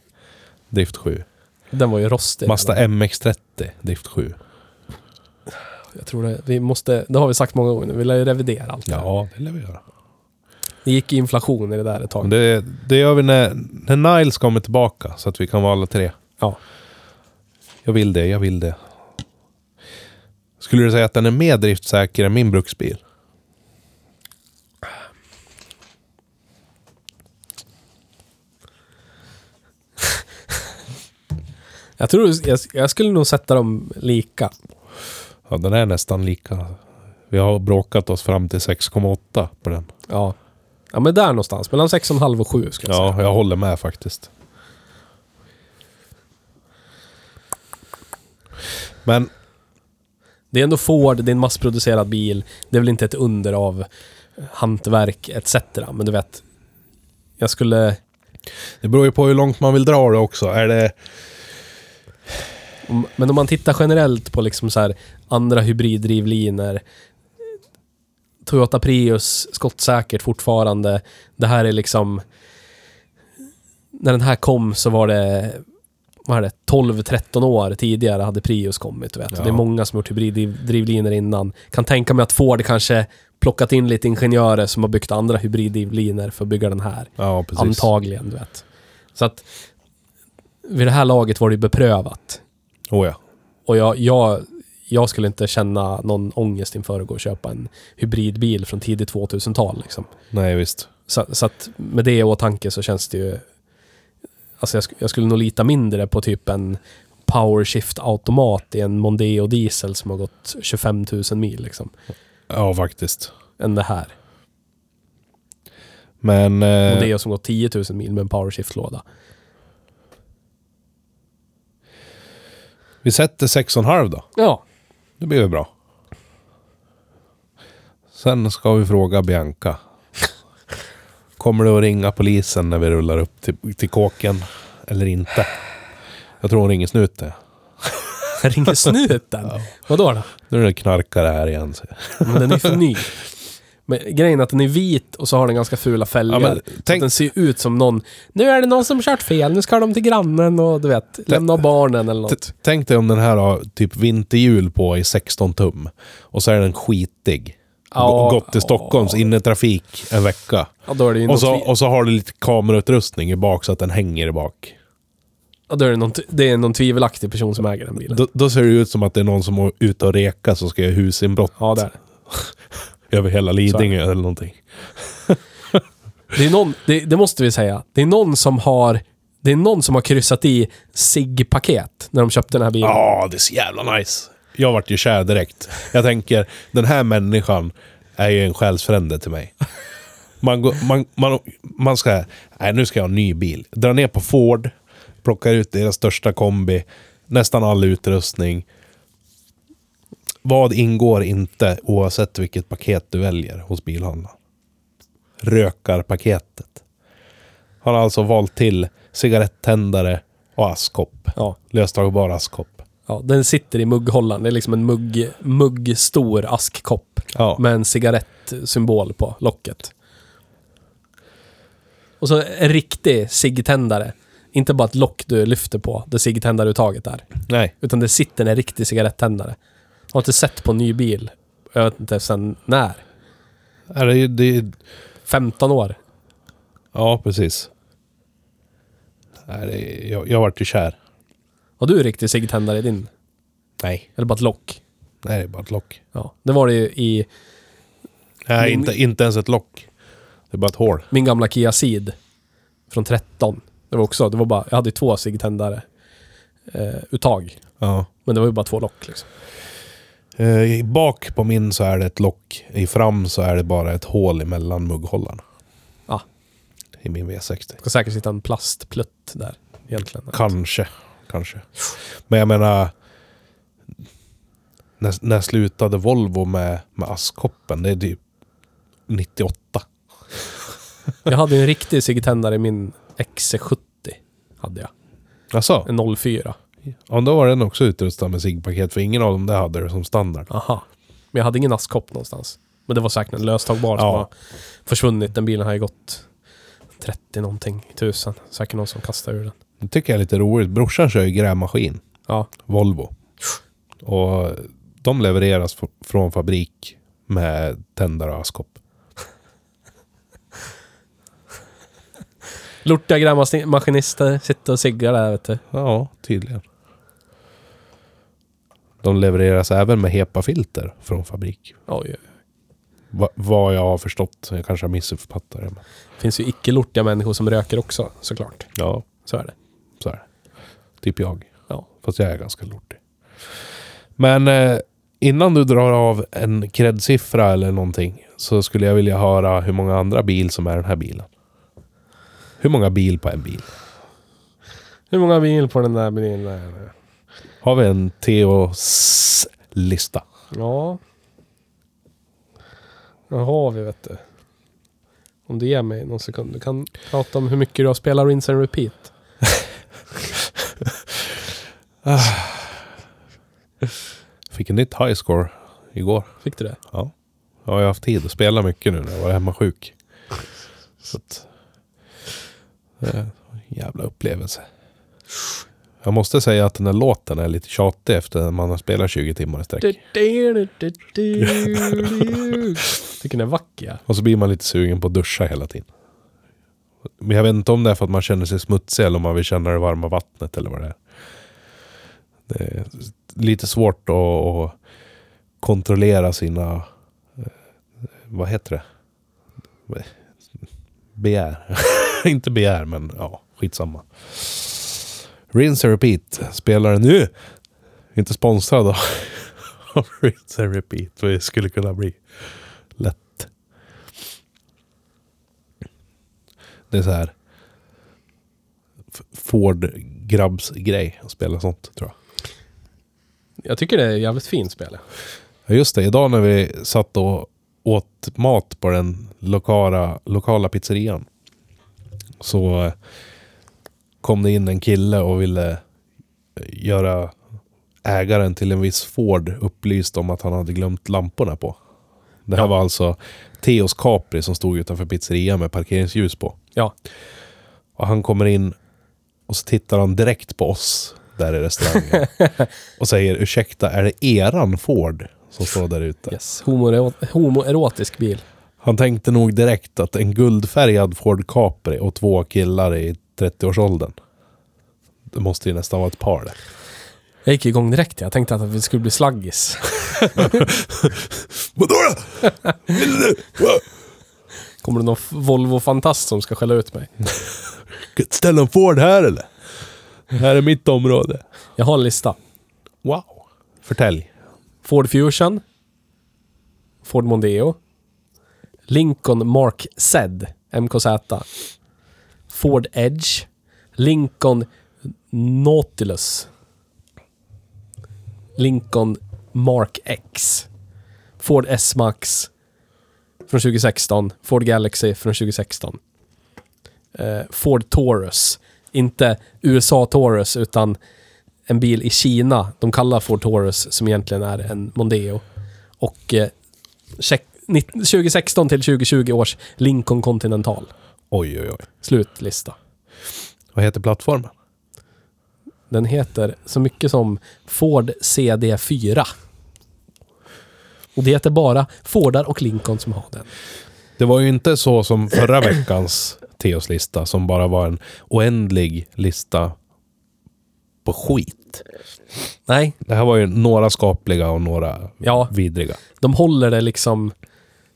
Speaker 1: Drift 7.
Speaker 2: Den var ju rostig.
Speaker 1: Mazda MX-30. Drift 7.
Speaker 2: Jag tror det, vi måste, det har vi sagt många gånger nu, vi lär ju revidera allt. det här.
Speaker 1: Ja, det lär vi göra.
Speaker 2: Det gick inflation i det där ett tag.
Speaker 1: Det, det gör vi när, när Niles kommer tillbaka så att vi kan vara alla tre.
Speaker 2: Ja.
Speaker 1: Jag vill det, jag vill det. Skulle du säga att den är mer driftsäker än min bruksbil?
Speaker 2: Jag tror, jag, jag skulle nog sätta dem lika.
Speaker 1: Ja, den är nästan lika. Vi har bråkat oss fram till 6,8 på den.
Speaker 2: Ja. Ja men där någonstans, mellan 6,5 och 7 skulle jag
Speaker 1: Ja,
Speaker 2: säga.
Speaker 1: jag håller med faktiskt. Men
Speaker 2: Det är ändå Ford, det är en massproducerad bil. Det är väl inte ett under av hantverk etc. Men du vet, jag skulle...
Speaker 1: det beror ju på hur långt man vill dra det också. Är det...
Speaker 2: om- Men om man tittar generellt på liksom så här andra hybriddrivlinor. Toyota Prius, skottsäkert fortfarande. Det här är liksom... När den här kom så var det... Vad är det? 12-13 år tidigare hade Prius kommit. du Vet.
Speaker 1: Ja.
Speaker 2: Det är många som gjort hybriddrivlinor innan. Kan tänka mig att Ford kanske plockat in lite ingenjörer som har byggt andra hybriddrivlinor för att bygga den här.
Speaker 1: Ja, precis.
Speaker 2: Antagligen, du vet. Så att... Vid det här laget var det ju beprövat.
Speaker 1: Oh, ja.
Speaker 2: Och jag, jag, jag skulle inte känna någon ångest inför att gå och köpa en hybridbil från tidigt 2000-tal. Liksom.
Speaker 1: Nej, visst.
Speaker 2: Så, så att med det i åtanke så känns det ju... Alltså jag, sk- jag skulle nog lita mindre på typ en powershift-automat i en Mondeo diesel som har gått 25 000 mil liksom.
Speaker 1: Ja, faktiskt.
Speaker 2: Än det här.
Speaker 1: Men... Eh,
Speaker 2: Mondeo som gått 10 000 mil med en powershift-låda.
Speaker 1: vi sätter 6,5 då.
Speaker 2: Ja.
Speaker 1: Det blir väl bra. Sen ska vi fråga Bianca. Kommer du att ringa polisen när vi rullar upp till, till kåken? Eller inte? Jag tror hon ringer snuten.
Speaker 2: Ringer snuten? Vadå då?
Speaker 1: Nu är det knarkare här igen. säger jag.
Speaker 2: Men den är för ny. Men grejen är att den är vit och så har den ganska fula fälgar.
Speaker 1: Ja, men
Speaker 2: så att
Speaker 1: tänk-
Speaker 2: den ser ut som någon... Nu är det någon som kört fel, nu ska de till grannen och du vet, lämna barnen eller något.
Speaker 1: T- Tänk dig om den här har typ vinterhjul på i 16 tum. Och så är den skitig.
Speaker 2: Ja.
Speaker 1: Gå- Gått till Stockholms innertrafik en vecka.
Speaker 2: Ja, då är det ju
Speaker 1: Och så,
Speaker 2: något,
Speaker 1: och så har du lite kamerautrustning i bak så att den hänger i bak.
Speaker 2: ja, då är det, någon, det är någon tvivelaktig person som äger den bilen.
Speaker 1: Då, då ser det ut som att det är någon som är ute och reka som ska göra husinbrott
Speaker 2: Ja, det är det.
Speaker 1: över hela Lidingö eller någonting.
Speaker 2: Det, är någon, det, det måste vi säga. Det är någon som har... Det är någon som har kryssat i SIG-paket när de köpte den här bilen.
Speaker 1: Ja, det är så jävla nice. Jag vart ju kär direkt. Jag tänker, den här människan är ju en själsfrände till mig. Man, går, man, man, man ska, nej nu ska jag ha en ny bil. Drar ner på Ford, plockar ut deras största kombi, nästan all utrustning. Vad ingår inte oavsett vilket paket du väljer hos bilhandlaren? Rökarpaketet. Han har alltså valt till cigarettändare och askkopp.
Speaker 2: Ja.
Speaker 1: Löstagbara askkopp.
Speaker 2: Ja, den sitter i mugghållaren. Det är liksom en mugg, muggstor askkopp
Speaker 1: Ja.
Speaker 2: med en cigarettsymbol på locket. Och så en riktig ciggtändare. Inte bara ett lock du lyfter på, där ciggtändaruttaget är.
Speaker 1: Nej.
Speaker 2: Utan det sitter en riktig cigarettändare. Jag har inte sett på en ny bil. Jag vet inte sen när.
Speaker 1: Är det, det,
Speaker 2: 15 år.
Speaker 1: ja, precis. Nej, det, jag, jag vart ju kär.
Speaker 2: Har du en riktig ciggtändare i din?
Speaker 1: Nej.
Speaker 2: Eller bara ett lock?
Speaker 1: Nej, det är bara ett lock.
Speaker 2: Ja, det var det ju i
Speaker 1: Nej,
Speaker 2: Men-
Speaker 1: inte, inte ens ett lock. Det är bara ett hål.
Speaker 2: min gamla Kia Ceed från 13. Det var också, det var bara, jag hade ju två ciggtändare eh, uttag.
Speaker 1: Ja.
Speaker 2: Men det var ju bara två lock liksom.
Speaker 1: Eh, i bak på min så är det ett lock. I fram så är det bara ett hål emellan mugghållarna.
Speaker 2: Ja.
Speaker 1: I min V60.
Speaker 2: Det ska säkert sitta en plastplutt där egentligen.
Speaker 1: Kanske. Kanske. Men jag menar... När, när slutade Volvo med, med askkoppen? Det är typ 98.
Speaker 2: Jag hade ju en riktig ciggtändare i min XC70. Hade jag.
Speaker 1: Alltså,
Speaker 2: En 04.
Speaker 1: ja, då var den också utrustad med SIG-paket för ingen av dem där hade det som standard.
Speaker 2: Aha. Men jag hade ingen askkopp någonstans. Men det var säkert en löstagbar som
Speaker 1: Ja.
Speaker 2: har försvunnit. Den bilen har ju gått 30 någonting tusen. Säkert någon som kastade ur den.
Speaker 1: Det tycker jag är lite roligt. Brorsan kör ju grävmaskin,
Speaker 2: Ja.
Speaker 1: Volvo. Och de levereras fr- från fabrik med tändare och askkopp.
Speaker 2: Lortiga grävmaskinister sitter och siggar där vet du.
Speaker 1: Ja, tydligen. De levereras även med HEPA-filter från fabrik.
Speaker 2: Oj,
Speaker 1: Va- vad jag har förstått. Jag kanske har missuppfattat det. Men
Speaker 2: Det finns ju icke-lortiga människor som röker också, såklart.
Speaker 1: ja,
Speaker 2: Så är det.
Speaker 1: så är det. Typ jag.
Speaker 2: Ja.
Speaker 1: Fast jag är ganska lortig. Men eh, innan du drar av en kreddsiffra eller någonting så skulle jag vilja höra hur många andra bil som är den här bilen. Hur många bil på en bil?
Speaker 2: Hur många mil på den där bilen? är det?
Speaker 1: Har vi en TOS-lista?
Speaker 2: Ja. Den har vi, vet du. Om du ger mig någon sekund. Du kan prata om hur mycket du har spelat Rinse and Repeat.
Speaker 1: Fick en nytt high score igår.
Speaker 2: Fick du det?
Speaker 1: Ja. ja, jag har haft tid att spela mycket nu när jag var hemma sjuk. Så att, eh, det är en jävla upplevelse. Jag måste säga att den här låten är lite tjatig efter att man har spelat 20 timmar i sträck.
Speaker 2: [LAUGHS] Tycker den är vacker.
Speaker 1: Och så blir man lite sugen på att duscha hela tiden. Men jag vet inte om det är för att man känner sig smutsig eller om man vill känna det varma vattnet eller vad det är. Det är lite svårt att, att kontrollera sina... eh, Vad heter det? begär. [LAUGHS] Inte begär, men ja, skitsamma. Rinse and Repeat spelar nu. Inte sponsrad av [LAUGHS] av Rinse and Repeat. Det skulle kunna bli lätt. Det är så här. F- Ford-grabbs-grej att spela sånt, tror jag.
Speaker 2: Jag tycker det är ett jävligt fint spel.
Speaker 1: Ja, just det. Idag när vi satt och åt mat på den lokala, lokala pizzerian så eh, kom det in en kille och ville eh, göra ägaren till en viss Ford upplyst om att han hade glömt lamporna på. Det här var alltså Theos Capri som stod utanför pizzerian med parkeringsljus på.
Speaker 2: Ja.
Speaker 1: Och han kommer in och så tittar han direkt på oss där i restaurangen. och säger ursäkta, är det eran Ford som står där ute?
Speaker 2: Yes. Homoero- Homoerotisk bil.
Speaker 1: Han tänkte nog direkt att en guldfärgad Ford Capri och två killar i 30-årsåldern. Det måste ju nästan vara ett par det.
Speaker 2: Jag gick igång direkt. Jag tänkte att vi skulle bli slaggis.
Speaker 1: Vadå då?
Speaker 2: Kommer det någon f- Volvo-fantast som ska skälla ut mig?
Speaker 1: Ställa en Ford här eller? Det här är mitt område.
Speaker 2: Jag har en lista.
Speaker 1: Wow. Förtälj.
Speaker 2: Ford Fusion. Ford Mondeo. Lincoln Mark Z. MKZ. Ford Edge. Lincoln Nautilus. Lincoln Mark X. Ford S-Max. Från 2016. Ford Galaxy från 2016. Eh, Ford Taurus. Inte USA Taurus utan en bil i Kina. De kallar Ford Taurus, som egentligen är en Mondeo. Och eh, check, 19 2016 till 2020 års Lincoln Continental.
Speaker 1: Oj, oj, oj.
Speaker 2: Slutlista.
Speaker 1: Vad heter plattformen?
Speaker 2: Den heter så mycket som Ford CD4. Och det heter bara Fordar och Lincoln som har den.
Speaker 1: Det var ju inte så som förra veckans Theos lista som bara var en oändlig lista på skit.
Speaker 2: Nej,
Speaker 1: Det här var ju några skapliga och några
Speaker 2: Ja.
Speaker 1: vidriga.
Speaker 2: de håller det liksom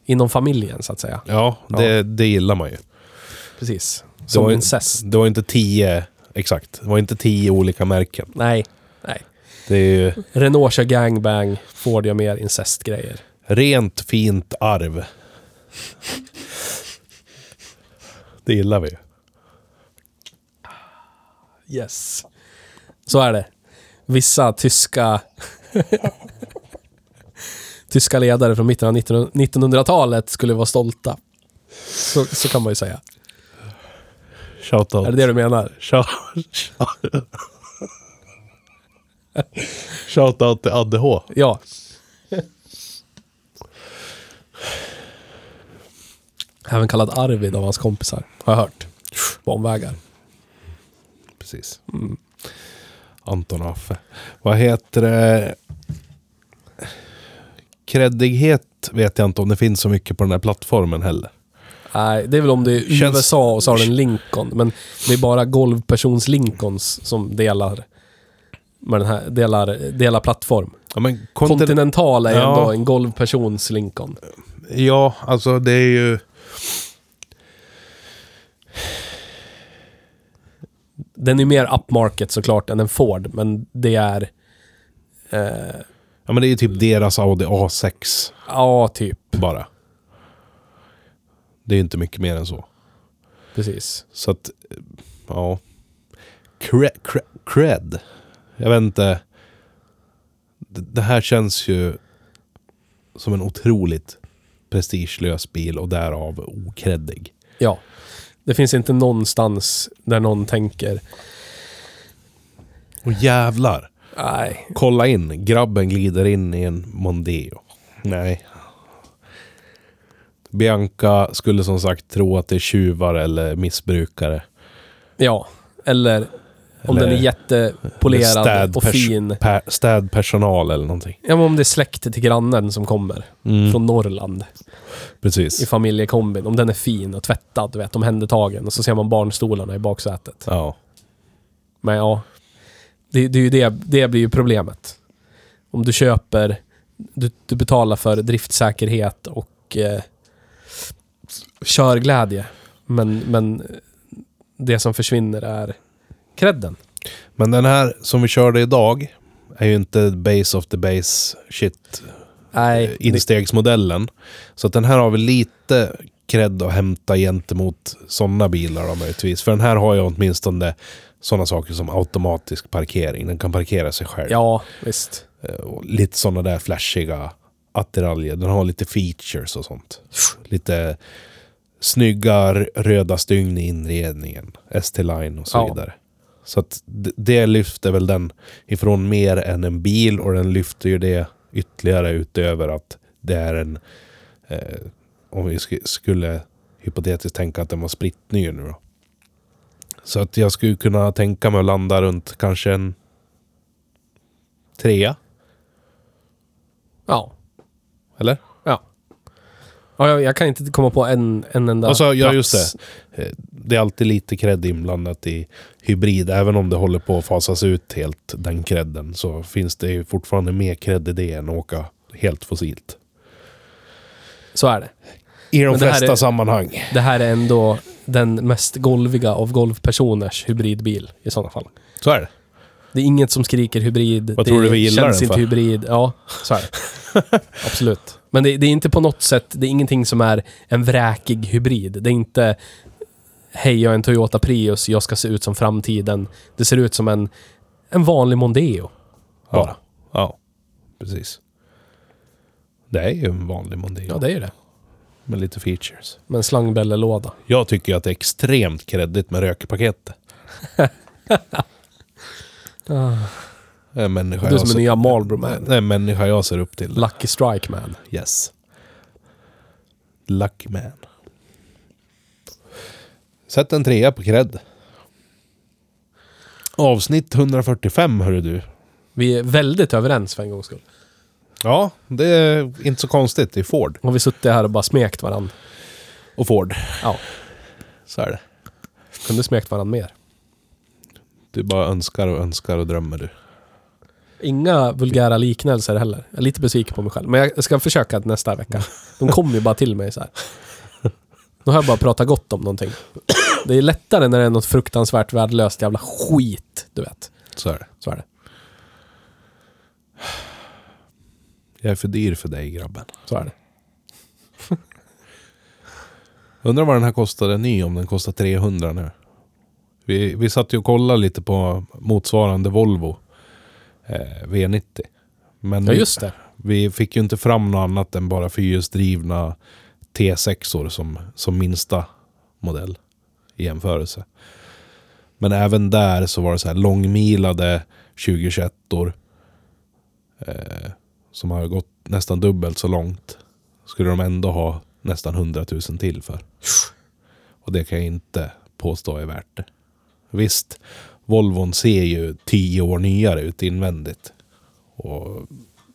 Speaker 2: inom familjen så att säga.
Speaker 1: Ja, det, det gillar man ju.
Speaker 2: Precis.
Speaker 1: det var
Speaker 2: Som
Speaker 1: ju-
Speaker 2: incest.
Speaker 1: Det var inte tio, exakt. Det var inte tio olika märken.
Speaker 2: Nej, nej.
Speaker 1: Det är ju
Speaker 2: Renault kör gangbang, Ford gör mer incestgrejer.
Speaker 1: rent fint arv. Det gillar vi ju.
Speaker 2: Yes. Så är det. Vissa tyska... [LAUGHS] tyska ledare från mitten av 1900- 1900-talet skulle vara stolta. Så, så kan man ju säga.
Speaker 1: Shoutout.
Speaker 2: Är det det du menar?
Speaker 1: Shoutout till ADH.
Speaker 2: Ja. Även kallad Arvid av hans kompisar, har jag hört. På omvägar.
Speaker 1: Precis. Anton och Affe. Vad heter det? Kreddighet vet jag inte om det finns så mycket på den här plattformen heller.
Speaker 2: Nej, det är väl om det är
Speaker 1: Känns-
Speaker 2: USA och så har den Lincoln. Men det är bara golvpersons Lincolns som delar, med den här, delar, delar plattform.
Speaker 1: Ja, men kontin-
Speaker 2: Continental är
Speaker 1: Ja.
Speaker 2: ändå en golvpersons Lincoln.
Speaker 1: Ja, alltså det är ju...
Speaker 2: Den är mer upmarket såklart än en Ford, men det är... Eh,
Speaker 1: Ja, men det är ju typ deras Audi A6
Speaker 2: ja, typ.
Speaker 1: bara. Det är ju inte mycket mer än så.
Speaker 2: Precis.
Speaker 1: Så att, eh, ja. Cre- cre- Cred. Jag vet inte. D- Det här känns ju som en otroligt prestigelös bil och därav okreddig.
Speaker 2: Ja. Det finns inte någonstans där någon tänker,
Speaker 1: Och jävlar!
Speaker 2: nej,
Speaker 1: Kolla in, grabben glider in i en Mondeo. Nej. Bianca skulle som sagt tro att det är tjuvar eller missbrukare.
Speaker 2: ja. Eller om
Speaker 1: Eller-
Speaker 2: den är
Speaker 1: Eller
Speaker 2: jättepolerad och
Speaker 1: städpers-
Speaker 2: fin.
Speaker 1: Per, städpersonal eller någonting.
Speaker 2: Ja, men om det är släkt till grannen som kommer
Speaker 1: Mm,
Speaker 2: från Norrland i
Speaker 1: precis.
Speaker 2: familjekombin. Om den är fin och tvättad, du vet, omhändertagen. Och så ser man barnstolarna i baksätet.
Speaker 1: Ja.
Speaker 2: Men ja, det, det, är ju det, det blir ju problemet. Om du köper, du, du betalar för driftsäkerhet och eh, körglädje. Men, men det som försvinner är credden.
Speaker 1: Men den här som vi körde idag är ju inte base of the base shit Eh,
Speaker 2: Nej, det,
Speaker 1: instegsmodellen. Så att den här har vi lite cred att hämta gentemot sådana bilar då möjligtvis. För den här har ju åtminstone sådana saker som automatisk parkering. Den kan parkera sig själv.
Speaker 2: ja, visst.
Speaker 1: Eh, Och lite sådana där flashiga attiraljer. Den har lite features och sånt. Lite snygga r- röda stygn i inredningen. ST-line och så
Speaker 2: Ja.
Speaker 1: vidare. Så att d- det lyfter väl den ifrån mer än en bil och den lyfter ju det ytterligare utöver att det är en... Eh, om vi sk- skulle hypotetiskt tänka att den var sprittny nu då. Så att jag skulle kunna tänka mig att landa runt kanske en trea,
Speaker 2: Ja.
Speaker 1: eller?
Speaker 2: ja. ja jag, jag kan inte komma på en, en enda
Speaker 1: Alltså, ja, just
Speaker 2: plats.
Speaker 1: Det är alltid lite cred inblandat i hybrid. Även om det håller på att fasas ut helt, den credden, så finns det ju fortfarande mer cred i det än att åka helt fossilt.
Speaker 2: Så är det.
Speaker 1: I de
Speaker 2: Men det här
Speaker 1: flesta
Speaker 2: är-
Speaker 1: sammanhang.
Speaker 2: Det här är ändå den mest golviga av golvpersoners hybridbil i sådana fall.
Speaker 1: Så är det.
Speaker 2: Det är inget som skriker hybrid.
Speaker 1: Vad
Speaker 2: det
Speaker 1: tror du vi gillar
Speaker 2: känns
Speaker 1: den för?
Speaker 2: inte hybrid. Ja, så är det. [LAUGHS] Absolut. Men det, det är inte på något sätt, det är ingenting som är en vräkig hybrid. Det är inte Hej, jag är en Toyota Prius, jag ska se ut som framtiden. Det ser ut som en, en vanlig Mondeo.
Speaker 1: Ja. ja, precis. Det är ju en vanlig Mondeo
Speaker 2: Ja, det är ju det.
Speaker 1: med lite features.
Speaker 2: Med en slangbällelåda.
Speaker 1: Jag tycker ju att det är extremt creddigt med
Speaker 2: [LAUGHS]
Speaker 1: rökpaketet.
Speaker 2: Ah.
Speaker 1: En människa
Speaker 2: Du
Speaker 1: jag
Speaker 2: som är
Speaker 1: ser-
Speaker 2: nya Marlboro Man.
Speaker 1: Det är en människa jag ser upp till.
Speaker 2: Lucky Strike Man.
Speaker 1: Yes. Lucky man. Sätt en trea på cred. Avsnitt 145 hörru du.
Speaker 2: Vi är väldigt överens för en gångs skull.
Speaker 1: Ja, det är inte så konstigt. Det är Ford.
Speaker 2: Har vi suttit här och bara smekt varandra?
Speaker 1: Och Ford.
Speaker 2: Ja,
Speaker 1: Så är det.
Speaker 2: kunde smekt varandra mer.
Speaker 1: Du bara önskar och önskar och drömmer du.
Speaker 2: Inga vulgära liknelser heller. Jag är lite besviken på mig själv. Men jag ska försöka till nästa vecka. De kommer ju bara till mig så här. Nu har jag bara pratat gott om någonting. Det är lättare när det är något fruktansvärt värdelöst jävla skit, du vet.
Speaker 1: Så är det.
Speaker 2: Så är det.
Speaker 1: Jag är för dyr för dig grabben.
Speaker 2: Så är det.
Speaker 1: Undrar vad den här kostade ny om den kostar 300 nu. Vi, vi satt ju och kollade lite på motsvarande Volvo eh, V90. Men
Speaker 2: Ja,
Speaker 1: vi-
Speaker 2: just det.
Speaker 1: Vi fick ju inte fram något annat än bara fyrhjulsdrivna T6-or som, som minsta modell i jämförelse. Men även där så var det så här långmilade 2021-or eh, som har gått nästan dubbelt så långt. Skulle de ändå ha nästan 100 000 till för. Och det kan jag inte påstå är värt det. Visst, Volvon ser ju tio år nyare ut invändigt. Och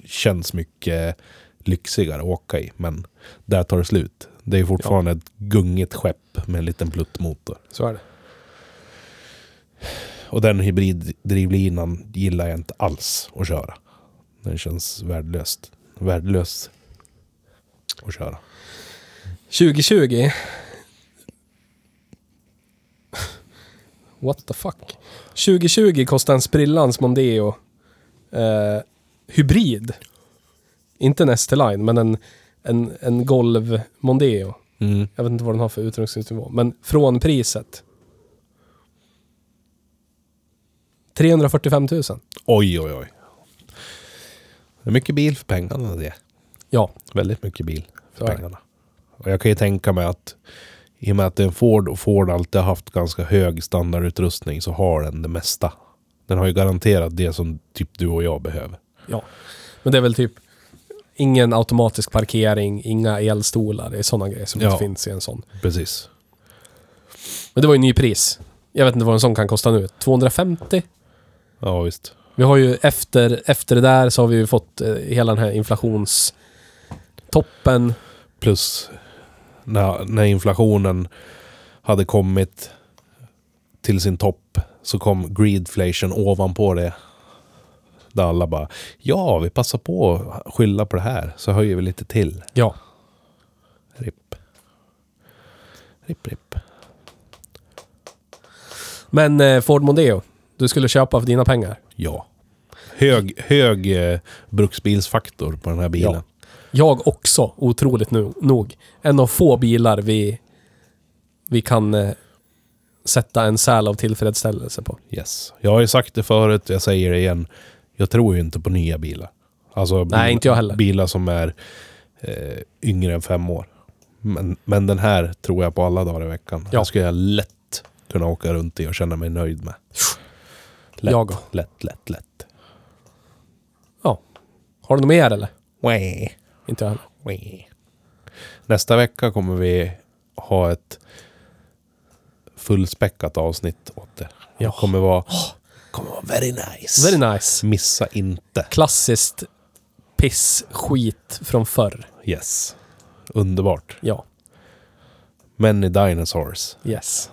Speaker 1: känns mycket lyxigare att åka i. Men där tar det slut. Det är fortfarande ett gungigt skepp med en liten pluttmotor.
Speaker 2: Så är det.
Speaker 1: Och den hybriddrivlinan gillar jag inte alls att köra. Den känns värdelöst. Värdelös att köra.
Speaker 2: 2020. What the fuck? 2020 kostade en sprillans Mondeo eh, hybrid. Inte en ST-Line, men en, en, en golv Mondeo.
Speaker 1: Mm.
Speaker 2: Jag vet inte vad den har för utrustningsnivå, men från priset. 345 000.
Speaker 1: Oj, oj, oj. Det är mycket bil för pengarna det.
Speaker 2: Ja,
Speaker 1: Väldigt mycket bil för
Speaker 2: Så är det.
Speaker 1: pengarna. Och jag kan ju tänka mig att i och med att det är en Ford och Ford alltid har haft ganska hög standardutrustning så har den det mesta. Den har ju garanterat det som typ du och jag behöver.
Speaker 2: ja. Men det är väl typ ingen automatisk parkering, inga elstolar, det är sådana grejer som
Speaker 1: Ja.
Speaker 2: inte finns i en sån.
Speaker 1: Precis.
Speaker 2: Men det var ju ny pris. Jag vet inte vad en sån kan kosta nu. 250?
Speaker 1: Ja, visst.
Speaker 2: Vi har ju efter, efter det där så har vi ju fått eh, hela den här inflationstoppen.
Speaker 1: Plus när, när inflationen hade kommit till sin topp så kom greedflation ovanpå det. Där alla bara, ja, vi passar på att skylla på det här så höjer vi lite till.
Speaker 2: Ja.
Speaker 1: Ripp. Ripp, ripp.
Speaker 2: Men eh, Ford Mondeo, du skulle köpa för dina pengar?
Speaker 1: Ja. Hög, hög eh, bruksbilsfaktor på den här bilen.
Speaker 2: Ja. Jag också, otroligt no- nog. En av få bilar vi, vi kan eh, sätta en säl av tillfredsställelse på.
Speaker 1: Yes. Jag har ju sagt det förut, jag säger det igen. Jag tror ju inte på nya bilar. Alltså
Speaker 2: Nej, inte jag heller.
Speaker 1: bilar som är eh, yngre än fem år. Men, men den här tror jag på alla dagar i veckan.
Speaker 2: Ja.
Speaker 1: Den skulle jag lätt kunna åka runt i och känna mig nöjd med. Lätt,
Speaker 2: Jag.
Speaker 1: lätt, lätt, lätt.
Speaker 2: Har du något mer eller?
Speaker 1: Wee,
Speaker 2: Inte jag heller.
Speaker 1: wee. Nästa vecka kommer vi ha ett fullspäckat avsnitt åt det.
Speaker 2: Ja.
Speaker 1: Det kommer vara, kommer vara very nice.
Speaker 2: Very nice.
Speaker 1: Missa inte.
Speaker 2: Klassiskt piss-skit från förr.
Speaker 1: Yes. Underbart.
Speaker 2: Ja.
Speaker 1: Many Dinosaurs.
Speaker 2: Yes.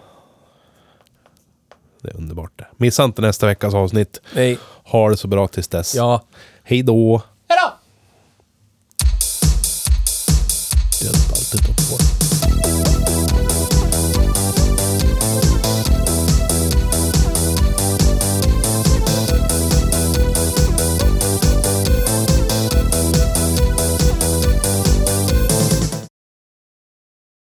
Speaker 1: Det är underbart det. Missa inte nästa veckas avsnitt.
Speaker 2: Nej.
Speaker 1: Ha det så bra tills dess.
Speaker 2: Ja.
Speaker 1: Hej då!